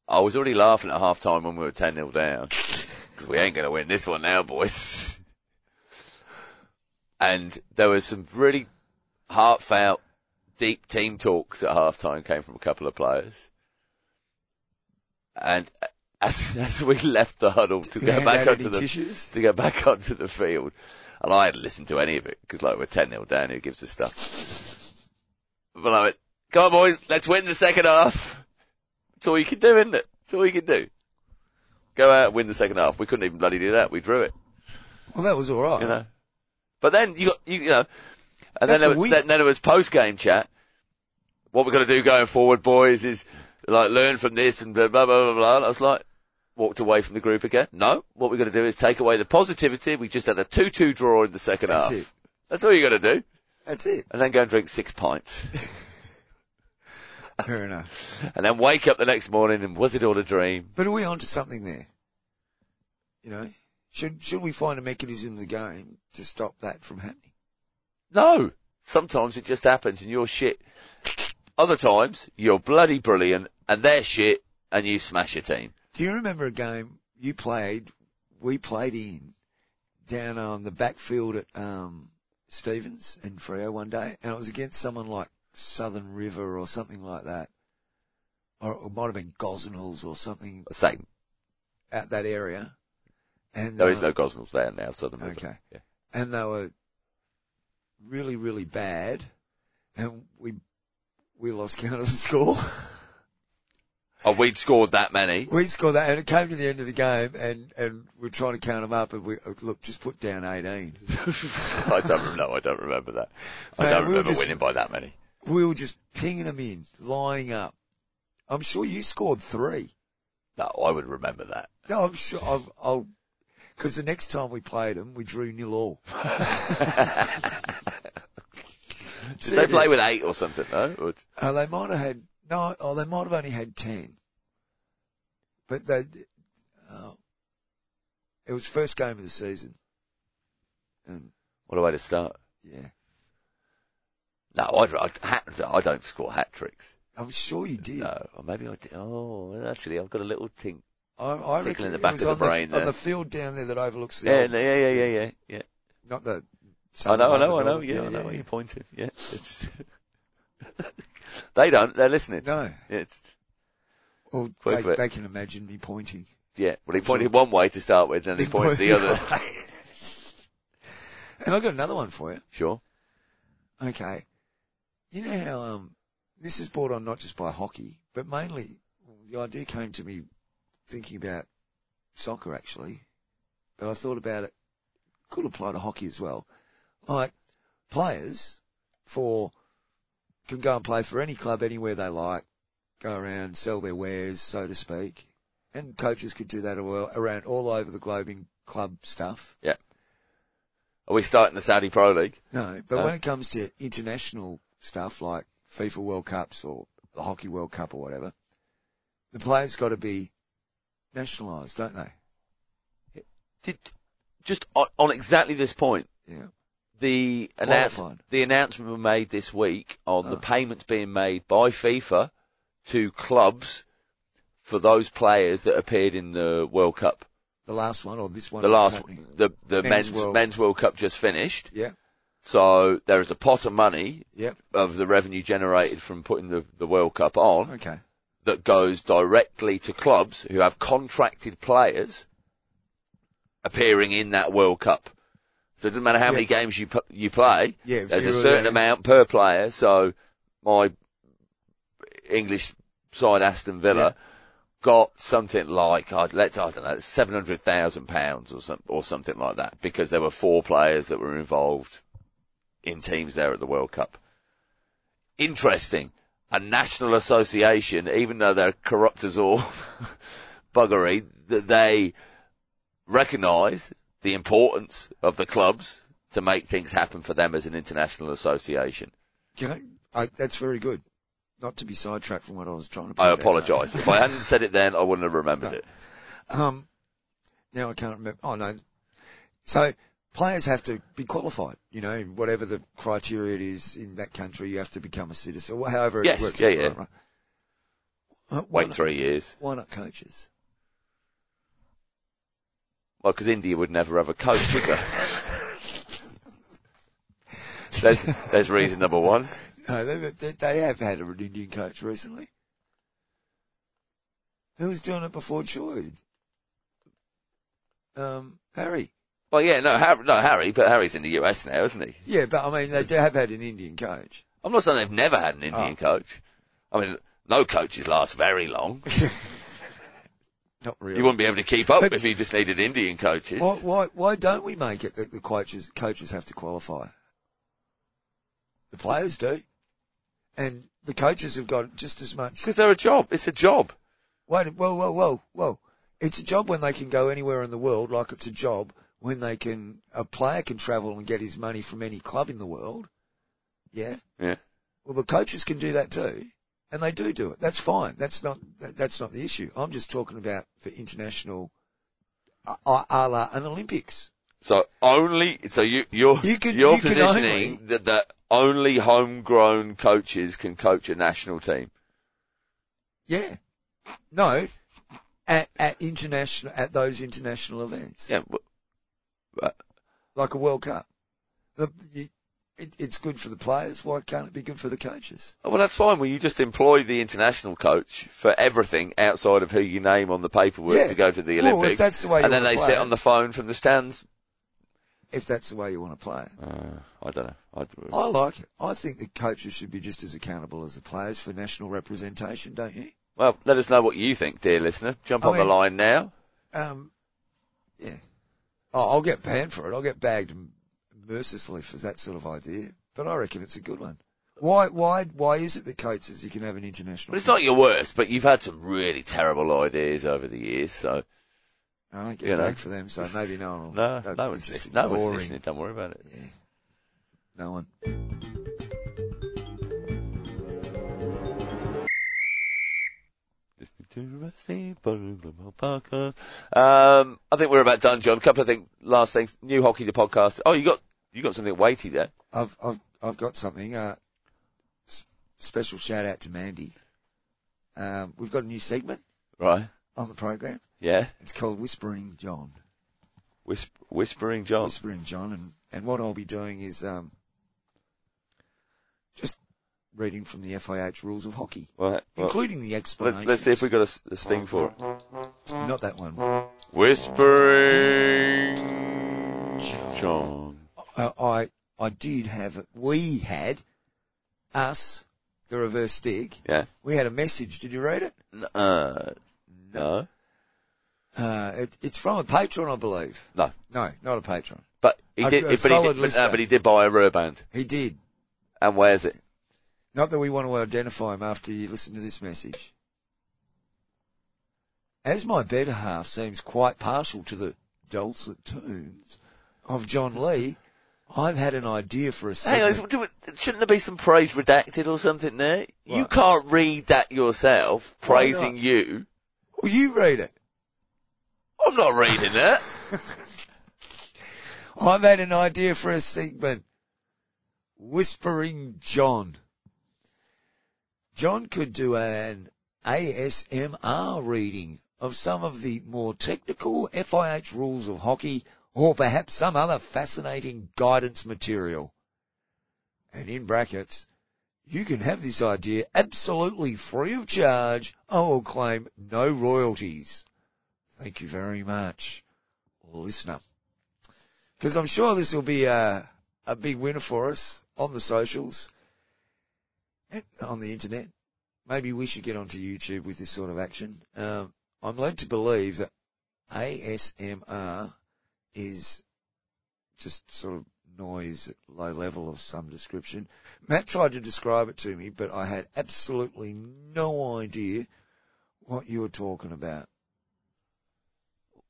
S2: I was already laughing at half time when we were 10 0 down. Because we ain't going to win this one now, boys. and there was some really heartfelt, deep team talks at half time came from a couple of players. And as, as we left the huddle to
S1: Hand
S2: go back
S1: out any
S2: onto the,
S1: tissues?
S2: to go back onto the field, and I hadn't listened to any of it because like we're 10 0 down, who gives a stuff? But I went, Come on, boys, let's win the second half. It's all you can do, isn't it? It's all you can do. Go out, win the second half. We couldn't even bloody do that. We drew it,
S1: Well, that was all right.
S2: you know. But then you got you, you know,
S1: That's
S2: and then
S1: a
S2: there, was,
S1: week.
S2: then, then there was post game chat. What we're going to do going forward, boys, is like learn from this and blah blah blah blah. blah. And I was like, walked away from the group again. No, what we're going to do is take away the positivity. We just had a two-two draw in the second
S1: That's
S2: half.
S1: it.
S2: That's all you got to do,
S1: That's it.
S2: and then go and drink six pints.
S1: Fair enough.
S2: and then wake up the next morning and was it all a dream?
S1: But are we onto something there? You know, should should we find a mechanism in the game to stop that from happening?
S2: No. Sometimes it just happens and you're shit. Other times you're bloody brilliant and they're shit and you smash your team.
S1: Do you remember a game you played? We played in down on the backfield at um, Stevens in Freo one day, and it was against someone like Southern River or something like that, or it might have been Gosnells or something
S2: Same.
S1: at that area. And
S2: There
S1: uh,
S2: is no Gosnells there now, Southern River.
S1: Okay.
S2: Yeah.
S1: and they were really, really bad, and we we lost count of the score.
S2: Oh, we'd scored that many.
S1: we scored that, and it came to the end of the game, and and we're trying to count them up, and we uh, look just put down eighteen.
S2: I don't remember. No, I don't remember that. I
S1: Man,
S2: don't
S1: we were
S2: remember
S1: just-
S2: winning by that many.
S1: We were just pinging them in, lining up. I'm sure you scored three.
S2: No, I would remember that.
S1: No, I'm sure. I'll, I'll because the next time we played them, we drew nil all.
S2: Did they play with eight or something though? Or-
S1: Uh, they might have had no. Oh, they might have only had ten. But they, uh, it was first game of the season, and
S2: What a way to start.
S1: yeah,
S2: No, I'd, I'd, hat- I don't score hat tricks.
S1: I'm sure you did.
S2: No, or maybe I did. Oh, well, actually, I've got a little tink.
S1: I, I
S2: Tickle
S1: reckon
S2: in the
S1: it
S2: back
S1: was
S2: of the
S1: on
S2: brain
S1: the, on
S2: there.
S1: the field down there that overlooks the
S2: Yeah,
S1: old-
S2: no, yeah, yeah, yeah, yeah, yeah.
S1: not the.
S2: I know, I
S1: southern
S2: know, I
S1: one, the
S2: know.
S1: northern-
S2: Yeah, I know where you're pointing. Yeah, it's. they don't. They're listening.
S1: No,
S2: It's
S1: well,
S2: Wait for
S1: they,
S2: it.
S1: they can imagine me pointing.
S2: yeah. Well, he pointed one way to start with, and he points the other.
S1: and I've got another one for you.
S2: Sure.
S1: Okay. You know how, um, this is brought on not just by hockey, but mainly the idea came to me thinking about soccer actually, but I thought about it could apply to hockey as well. Like players for, can go and play for any club anywhere they like, go around, sell their wares, so to speak. And coaches could do that a- around all over the globe in club stuff.
S2: Are we starting the Saudi Pro League?
S1: No, but
S2: Uh,
S1: when it comes to international stuff like FIFA World Cups or the Hockey World Cup or whatever, the players got to be nationalised, don't they?
S2: Did just on, on exactly this point.
S1: Yeah.
S2: The announce,
S1: Qualified.
S2: the announcement was made this week on the
S1: Oh.
S2: payments being made by FIFA to clubs for those players that appeared in the World Cup.
S1: The last one or this one?
S2: the
S1: that's
S2: last
S1: happening.
S2: the the
S1: Men's
S2: men's men's World.
S1: World.
S2: Cup just finished,
S1: Yeah.
S2: so there is a pot of money
S1: Yep.
S2: of the revenue generated from putting the, the World Cup on
S1: Okay.
S2: that goes directly to clubs who have contracted players appearing in that World Cup. So it doesn't matter how
S1: Yeah.
S2: many games you pu- you play.
S1: Yeah. if
S2: There's
S1: you
S2: a
S1: were
S2: certain
S1: there-
S2: amount per player. So my English side Aston Villa got something like I'd let's I don't know seven hundred thousand pounds or some or something like that because there were four players that were involved in teams there at the World Cup. Interesting. A national association, even though they're corrupt as all buggery, that they recognise the importance of the clubs to make things happen for them as an international association.
S1: Can I, I, that's very good. Not to be sidetracked from what I was trying to. point
S2: I
S1: out.
S2: apologise. If I hadn't said it then, I wouldn't have remembered
S1: No.
S2: it.
S1: Um, now I can't remember. Oh no. So players have to be qualified, you know, whatever the criteria it is in that country, you have to become a citizen, or however
S2: Yes,
S1: it works.
S2: yeah, yeah.
S1: Right, right. Uh, Why,
S2: Wait
S1: not,
S2: three years.
S1: why not coaches?
S2: Well, because India would never have a coach, would they? there's, there's reason number one.
S1: No, they, they, they have had an Indian coach recently. Who was doing it before Choid? Um, Harry.
S2: Well, yeah, no, Harry, no, Harry, but Harry's in the US now, isn't he?
S1: Yeah, but I mean, they do have had an Indian coach.
S2: Oh, I'm not saying they've never had an Indian coach. I mean, no coaches last very long.
S1: Not really.
S2: You wouldn't be able to keep up if you just needed Indian coaches.
S1: why, why, why don't we make it that the coaches, coaches have to qualify? The players do. And the coaches have got just as much.
S2: Because they're a job. It's a job.
S1: Wait, whoa, whoa, whoa, whoa. It's a job when they can go anywhere in the world, like it's a job when they can, a player can travel and get his money from any club in the world. Yeah.
S2: Yeah.
S1: Well, the coaches can do that too. And they do do it. That's fine. That's not, that, that's not the issue. I'm just talking about for international, a, a, a la an Olympics.
S2: So only, so you, you're,
S1: You can-
S2: you're
S1: you can
S2: positioning
S1: only-
S2: that, that only homegrown coaches can coach a national team.
S1: Yeah. No. At, at international, at those international events.
S2: Yeah. w-
S1: Like a World Cup. The, you, it, it's good for the players. Why can't it be good for the coaches?
S2: Well, that's fine. Well, you just employ the international coach for everything outside of who you name on the paperwork
S1: Yeah.
S2: to go to the
S1: Well, if
S2: Olympics.
S1: that's the way you
S2: and then
S1: wanna
S2: they
S1: play
S2: sit
S1: it.
S2: on the phone from the stands.
S1: If that's the way you want to play it.
S2: Uh, I don't know. I,
S1: I like it. I think the coaches should be just as accountable as the players for national representation, don't you?
S2: Well, let us know what you think, dear listener. Jump
S1: I
S2: on
S1: mean-
S2: the line now.
S1: Um, yeah. Oh, I'll get banned for it. I'll get bagged m- mercilessly for that sort of idea. But I reckon it's a good one. Why, why, why is it that coaches you can have an international?
S2: Well, it's not your worst, but you've had some really terrible ideas over the years. So
S1: I don't
S2: you
S1: get
S2: know.
S1: bagged for them, so maybe no one will.
S2: no,
S1: they'll-
S2: no
S1: it's
S2: one's
S1: just
S2: listening. No one's
S1: boring.
S2: listening. Don't worry about it.
S1: No one.
S2: Listening to Rusty Barlow Podcast. Um, I think we're about done, John. A couple of things. Last things. New hockey the podcast. Oh, you got you got something weighty there.
S1: I've, I've, I've got something. Uh, s- special shout out to Mandy. Um, we've got a new segment
S2: Right.
S1: on the program.
S2: Yeah.
S1: It's called Whispering John.
S2: Whis- Whispering John.
S1: Whispering John, and, and what I'll be doing is um, just reading from the FIH rules of hockey,
S2: Well, well,
S1: including the
S2: let,
S1: explanation.
S2: let's see if we got a, s- a sting for it.
S1: Not that one. I,
S2: Whispering John.
S1: Uh, I I did have. We had us the reverse stick.
S2: Yeah.
S1: We had a message. Did you read it?
S2: N- Uh, no.
S1: Uh, it it's from a patron, I believe.
S2: No.
S1: No, not a patron.
S2: But he
S1: A-
S2: did.
S1: a
S2: but, he
S1: solid
S2: did but,
S1: listener.
S2: no, but he did buy a rubber band.
S1: He did.
S2: And where's it?
S1: Not that we want to identify him after you listen to this message. As my better half seems quite partial to the dulcet tunes of John Lee, I've had an idea for a
S2: Hang on, is-
S1: segment.
S2: do it- shouldn't there be some praise redacted or something there? You
S1: What?
S2: can't read that yourself,
S1: Why
S2: praising
S1: not?
S2: you.
S1: Well, you read it.
S2: I'm not reading that.
S1: I've had an idea for a segment. Whispering John. John could do an ASMR reading of some of the more technical FIH rules of hockey or perhaps some other fascinating guidance material. And in brackets, you can have this idea absolutely free of charge. I will claim no royalties. Thank you very much, listener. Because I'm sure this will be a, a big winner for us on the socials, and on the internet. Maybe we should get onto YouTube with this sort of action. Um, I'm led to believe that ASMR is just sort of noise at low level of some description. Matt tried to describe it to me, but I had absolutely no idea what you were talking about.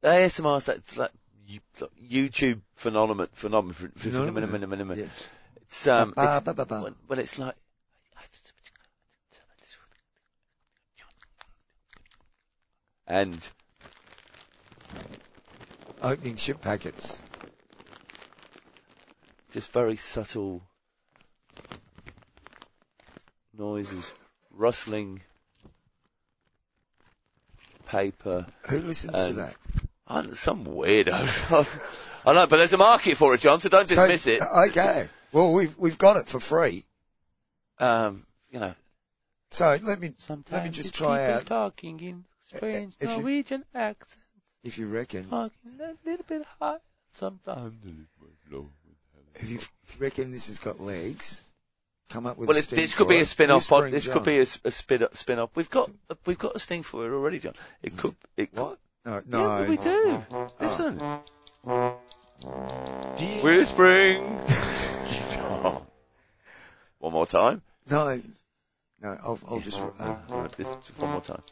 S2: ASMR is that it's like you- like YouTube phenomenon, phenomenon,
S1: Phenomenon.
S2: phenomenon, phenomenon.
S1: Yeah.
S2: It's um,
S1: Ba,
S2: it's,
S1: ba, ba, ba.
S2: When, when it's like. And
S1: Opening chip packets.
S2: just very subtle noises, rustling paper,
S1: Who listens to
S2: And-
S1: that?
S2: and some weirdos. I know, but there's a market for it, John. So don't
S1: So- uh,
S2: dismiss it.
S1: Okay. Well, we've we've got it for free.
S2: Um, you know,
S1: So let me
S4: Sometimes
S1: let me just
S4: it's
S1: try
S4: people
S1: out
S4: talking in strange
S1: if you-
S4: Norwegian accents,
S1: if you reckon
S4: talking a little bit high. Sometimes
S1: if you reckon this has got legs. Come up with
S2: Well,
S1: a
S2: it,
S1: sting
S2: this could
S1: for
S2: be
S1: it.
S2: a spin-off. On,
S1: Whispering
S2: this
S1: John.
S2: could be a, s- a spin spin off. We've got we've got a sting for it already, John. It could it could.
S1: Mm. What? No, no.
S2: Yeah, we do. Listen. Whispering. one more time.
S1: No. No, I'll, I'll just. Uh,
S2: Right, this one more time.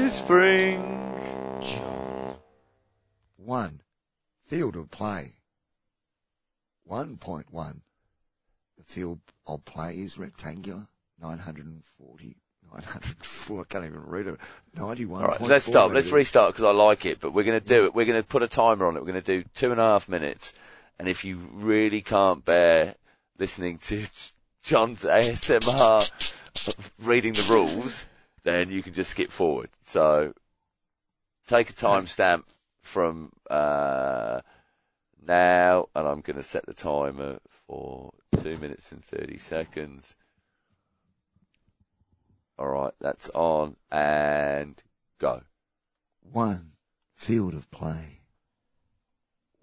S2: Whispering.
S1: one. Field of play. 1.1. The field of play is rectangular. 940. 904. I can't even read it. 91.
S2: All right, let's stop. Let's restart because I like it, but we're going to do it. We're going to put a timer on it. We're going to do two and a half minutes. And if you really can't bear listening to John's ASMR reading the rules, then you can just skip forward. So take a timestamp from uh, now, and I'm going to set the timer for two minutes and 30 seconds. All right, that's on and go.
S1: One. Field of play.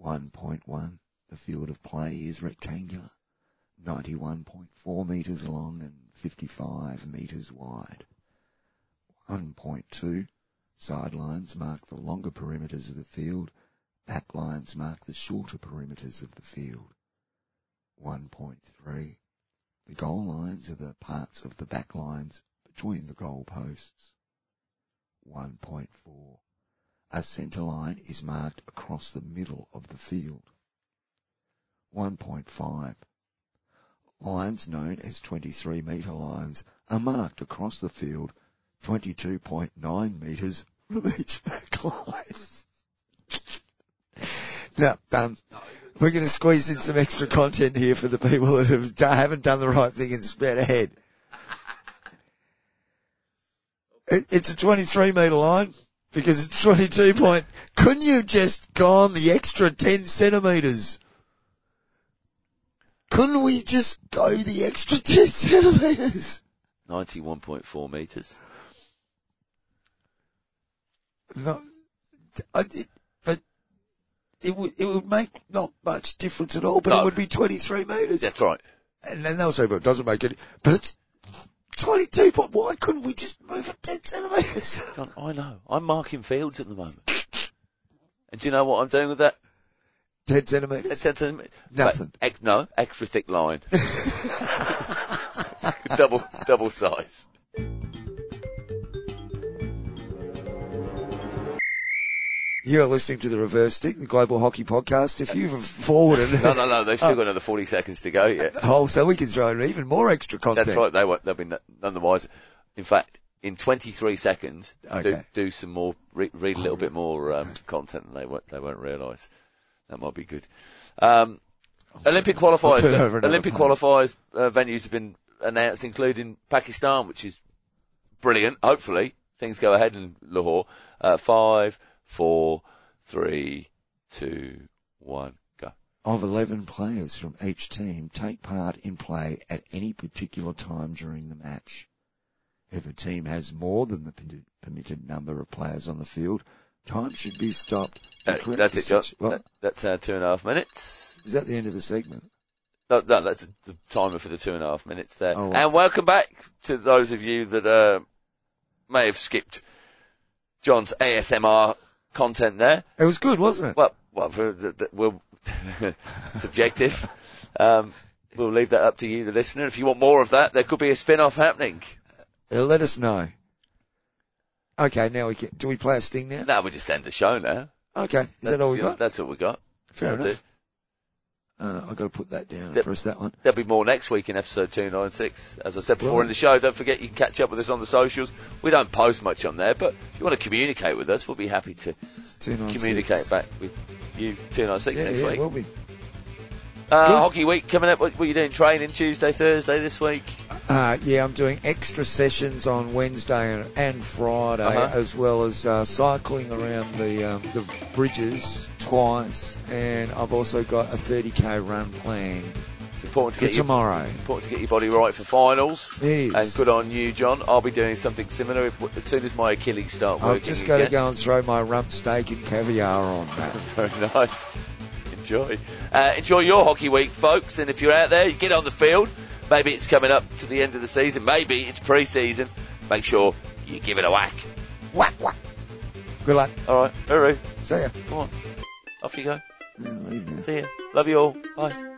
S1: 1.1. The field of play is rectangular. 91.4 metres long and 55 metres wide. 1.2. Sidelines mark the longer perimeters of the field. Back lines mark the shorter perimeters of the field. 1.3. The goal lines are the parts of the back lines between the goal posts. 1.4. A centre line is marked across the middle of the field. 1.5. Lines known as 23 metre lines are marked across the field 22.9 metres from each back line. now, um, we're going to squeeze in some extra content here for the people that have, d- haven't done the right thing and spread ahead. It, it's a 23 metre line because it's 22 point. Couldn't you just gone the extra 10 centimetres? Couldn't we just go the extra 10 centimetres?
S2: 91.4 meters.
S1: No, I, it, but it would, it would make not much difference at all, but
S2: No.
S1: it would be 23 metres.
S2: That's right.
S1: And then they'll say, well, it doesn't make any, but it's 22 point. Why couldn't we just move it 10 centimetres?
S2: God, I know. I'm marking fields at the moment. And do you know what I'm doing with that?
S1: 10 centimetres?
S2: It's- it's- it's-
S1: Nothing.
S2: but ex- no, extra thick line. double, double size.
S1: You're listening to the Reverse Stick, the Global Hockey Podcast. If you've forwarded
S2: No, no, no. They've still got another 40 seconds to go yet.
S1: Oh, so we can throw in even more extra content.
S2: That's right. They won't, they'll be no- none the wiser. In fact, in 23 seconds, do,
S1: Okay.
S2: do some more, re- read a little bit more, um, content and they won't, they won't realise. That might be good. Um, Olympic qualifiers,
S1: turn over another
S2: Olympic
S1: page.
S2: qualifiers uh, venues have been announced, including Pakistan, which is brilliant. Hopefully things go ahead in Lahore. Uh, five, four, three, two, one, go.
S1: Of 11 players from each team take part in play at any particular time during the match. If a team has more than the per- permitted number of players on the field, time should be stopped. to
S2: Uh,
S1: correct
S2: that's
S1: the
S2: it, John.
S1: situ- What?
S2: That- that's our two and a half minutes.
S1: Is that the end of the segment?
S2: No, no, that's the timer for the two and a half minutes there.
S1: Oh, right.
S2: and welcome back to those of you that uh, may have skipped John's ASMR content there.
S1: It was good, wasn't it?
S2: Well, well, for the- the- we'll subjective. Um, we'll leave that up to you, the listener. If you want more of that, there could be a spin-off happening.
S1: Uh, Let us know. Okay, now we can, do we play a sting now?
S2: Now we just end the show now.
S1: Okay, is that all we
S2: That's-
S1: got?
S2: That's all we got.
S1: Fair
S2: That'll do.
S1: enough. Uh, I've got to put that down and
S2: Yep.
S1: press that one.
S2: There'll be more next week in episode 296. As I said before
S1: Right.
S2: in the show, don't forget you can catch up with us on the socials. We don't post much on there, but if you want to communicate with us, we'll be happy to
S1: 296.
S2: communicate back with you 296
S1: Yeah,
S2: next
S1: yeah,
S2: week.
S1: we'll be.
S2: uh,
S1: good.
S2: hockey week coming up. What, what are you doing? Training Tuesday, Thursday this week?
S1: Uh, yeah, I'm doing extra sessions on Wednesday and, and Friday,
S2: Uh-huh.
S1: as well as uh, cycling around the um, the bridges twice, and I've also got a 30k run planned
S2: It's important to
S1: for
S2: get your,
S1: tomorrow.
S2: important to get your body right for finals.
S1: Yes.
S2: And good on you, John. I'll be doing something similar if, as soon as my Achilles start working
S1: I've just got to
S2: again.
S1: go and throw my rump steak and caviar on. Matt.
S2: Very Oh, nice. enjoy. Uh, enjoy your hockey week, folks. And if you're out there, you get on the field. Maybe it's coming up to the end of the season. Maybe it's pre-season. Make sure you give it a whack.
S1: Whack, whack. Good luck.
S2: All right, hooroo.
S1: See ya.
S2: Come on, off you go.
S1: Yeah, leave now.
S2: See ya. Love you all. Bye.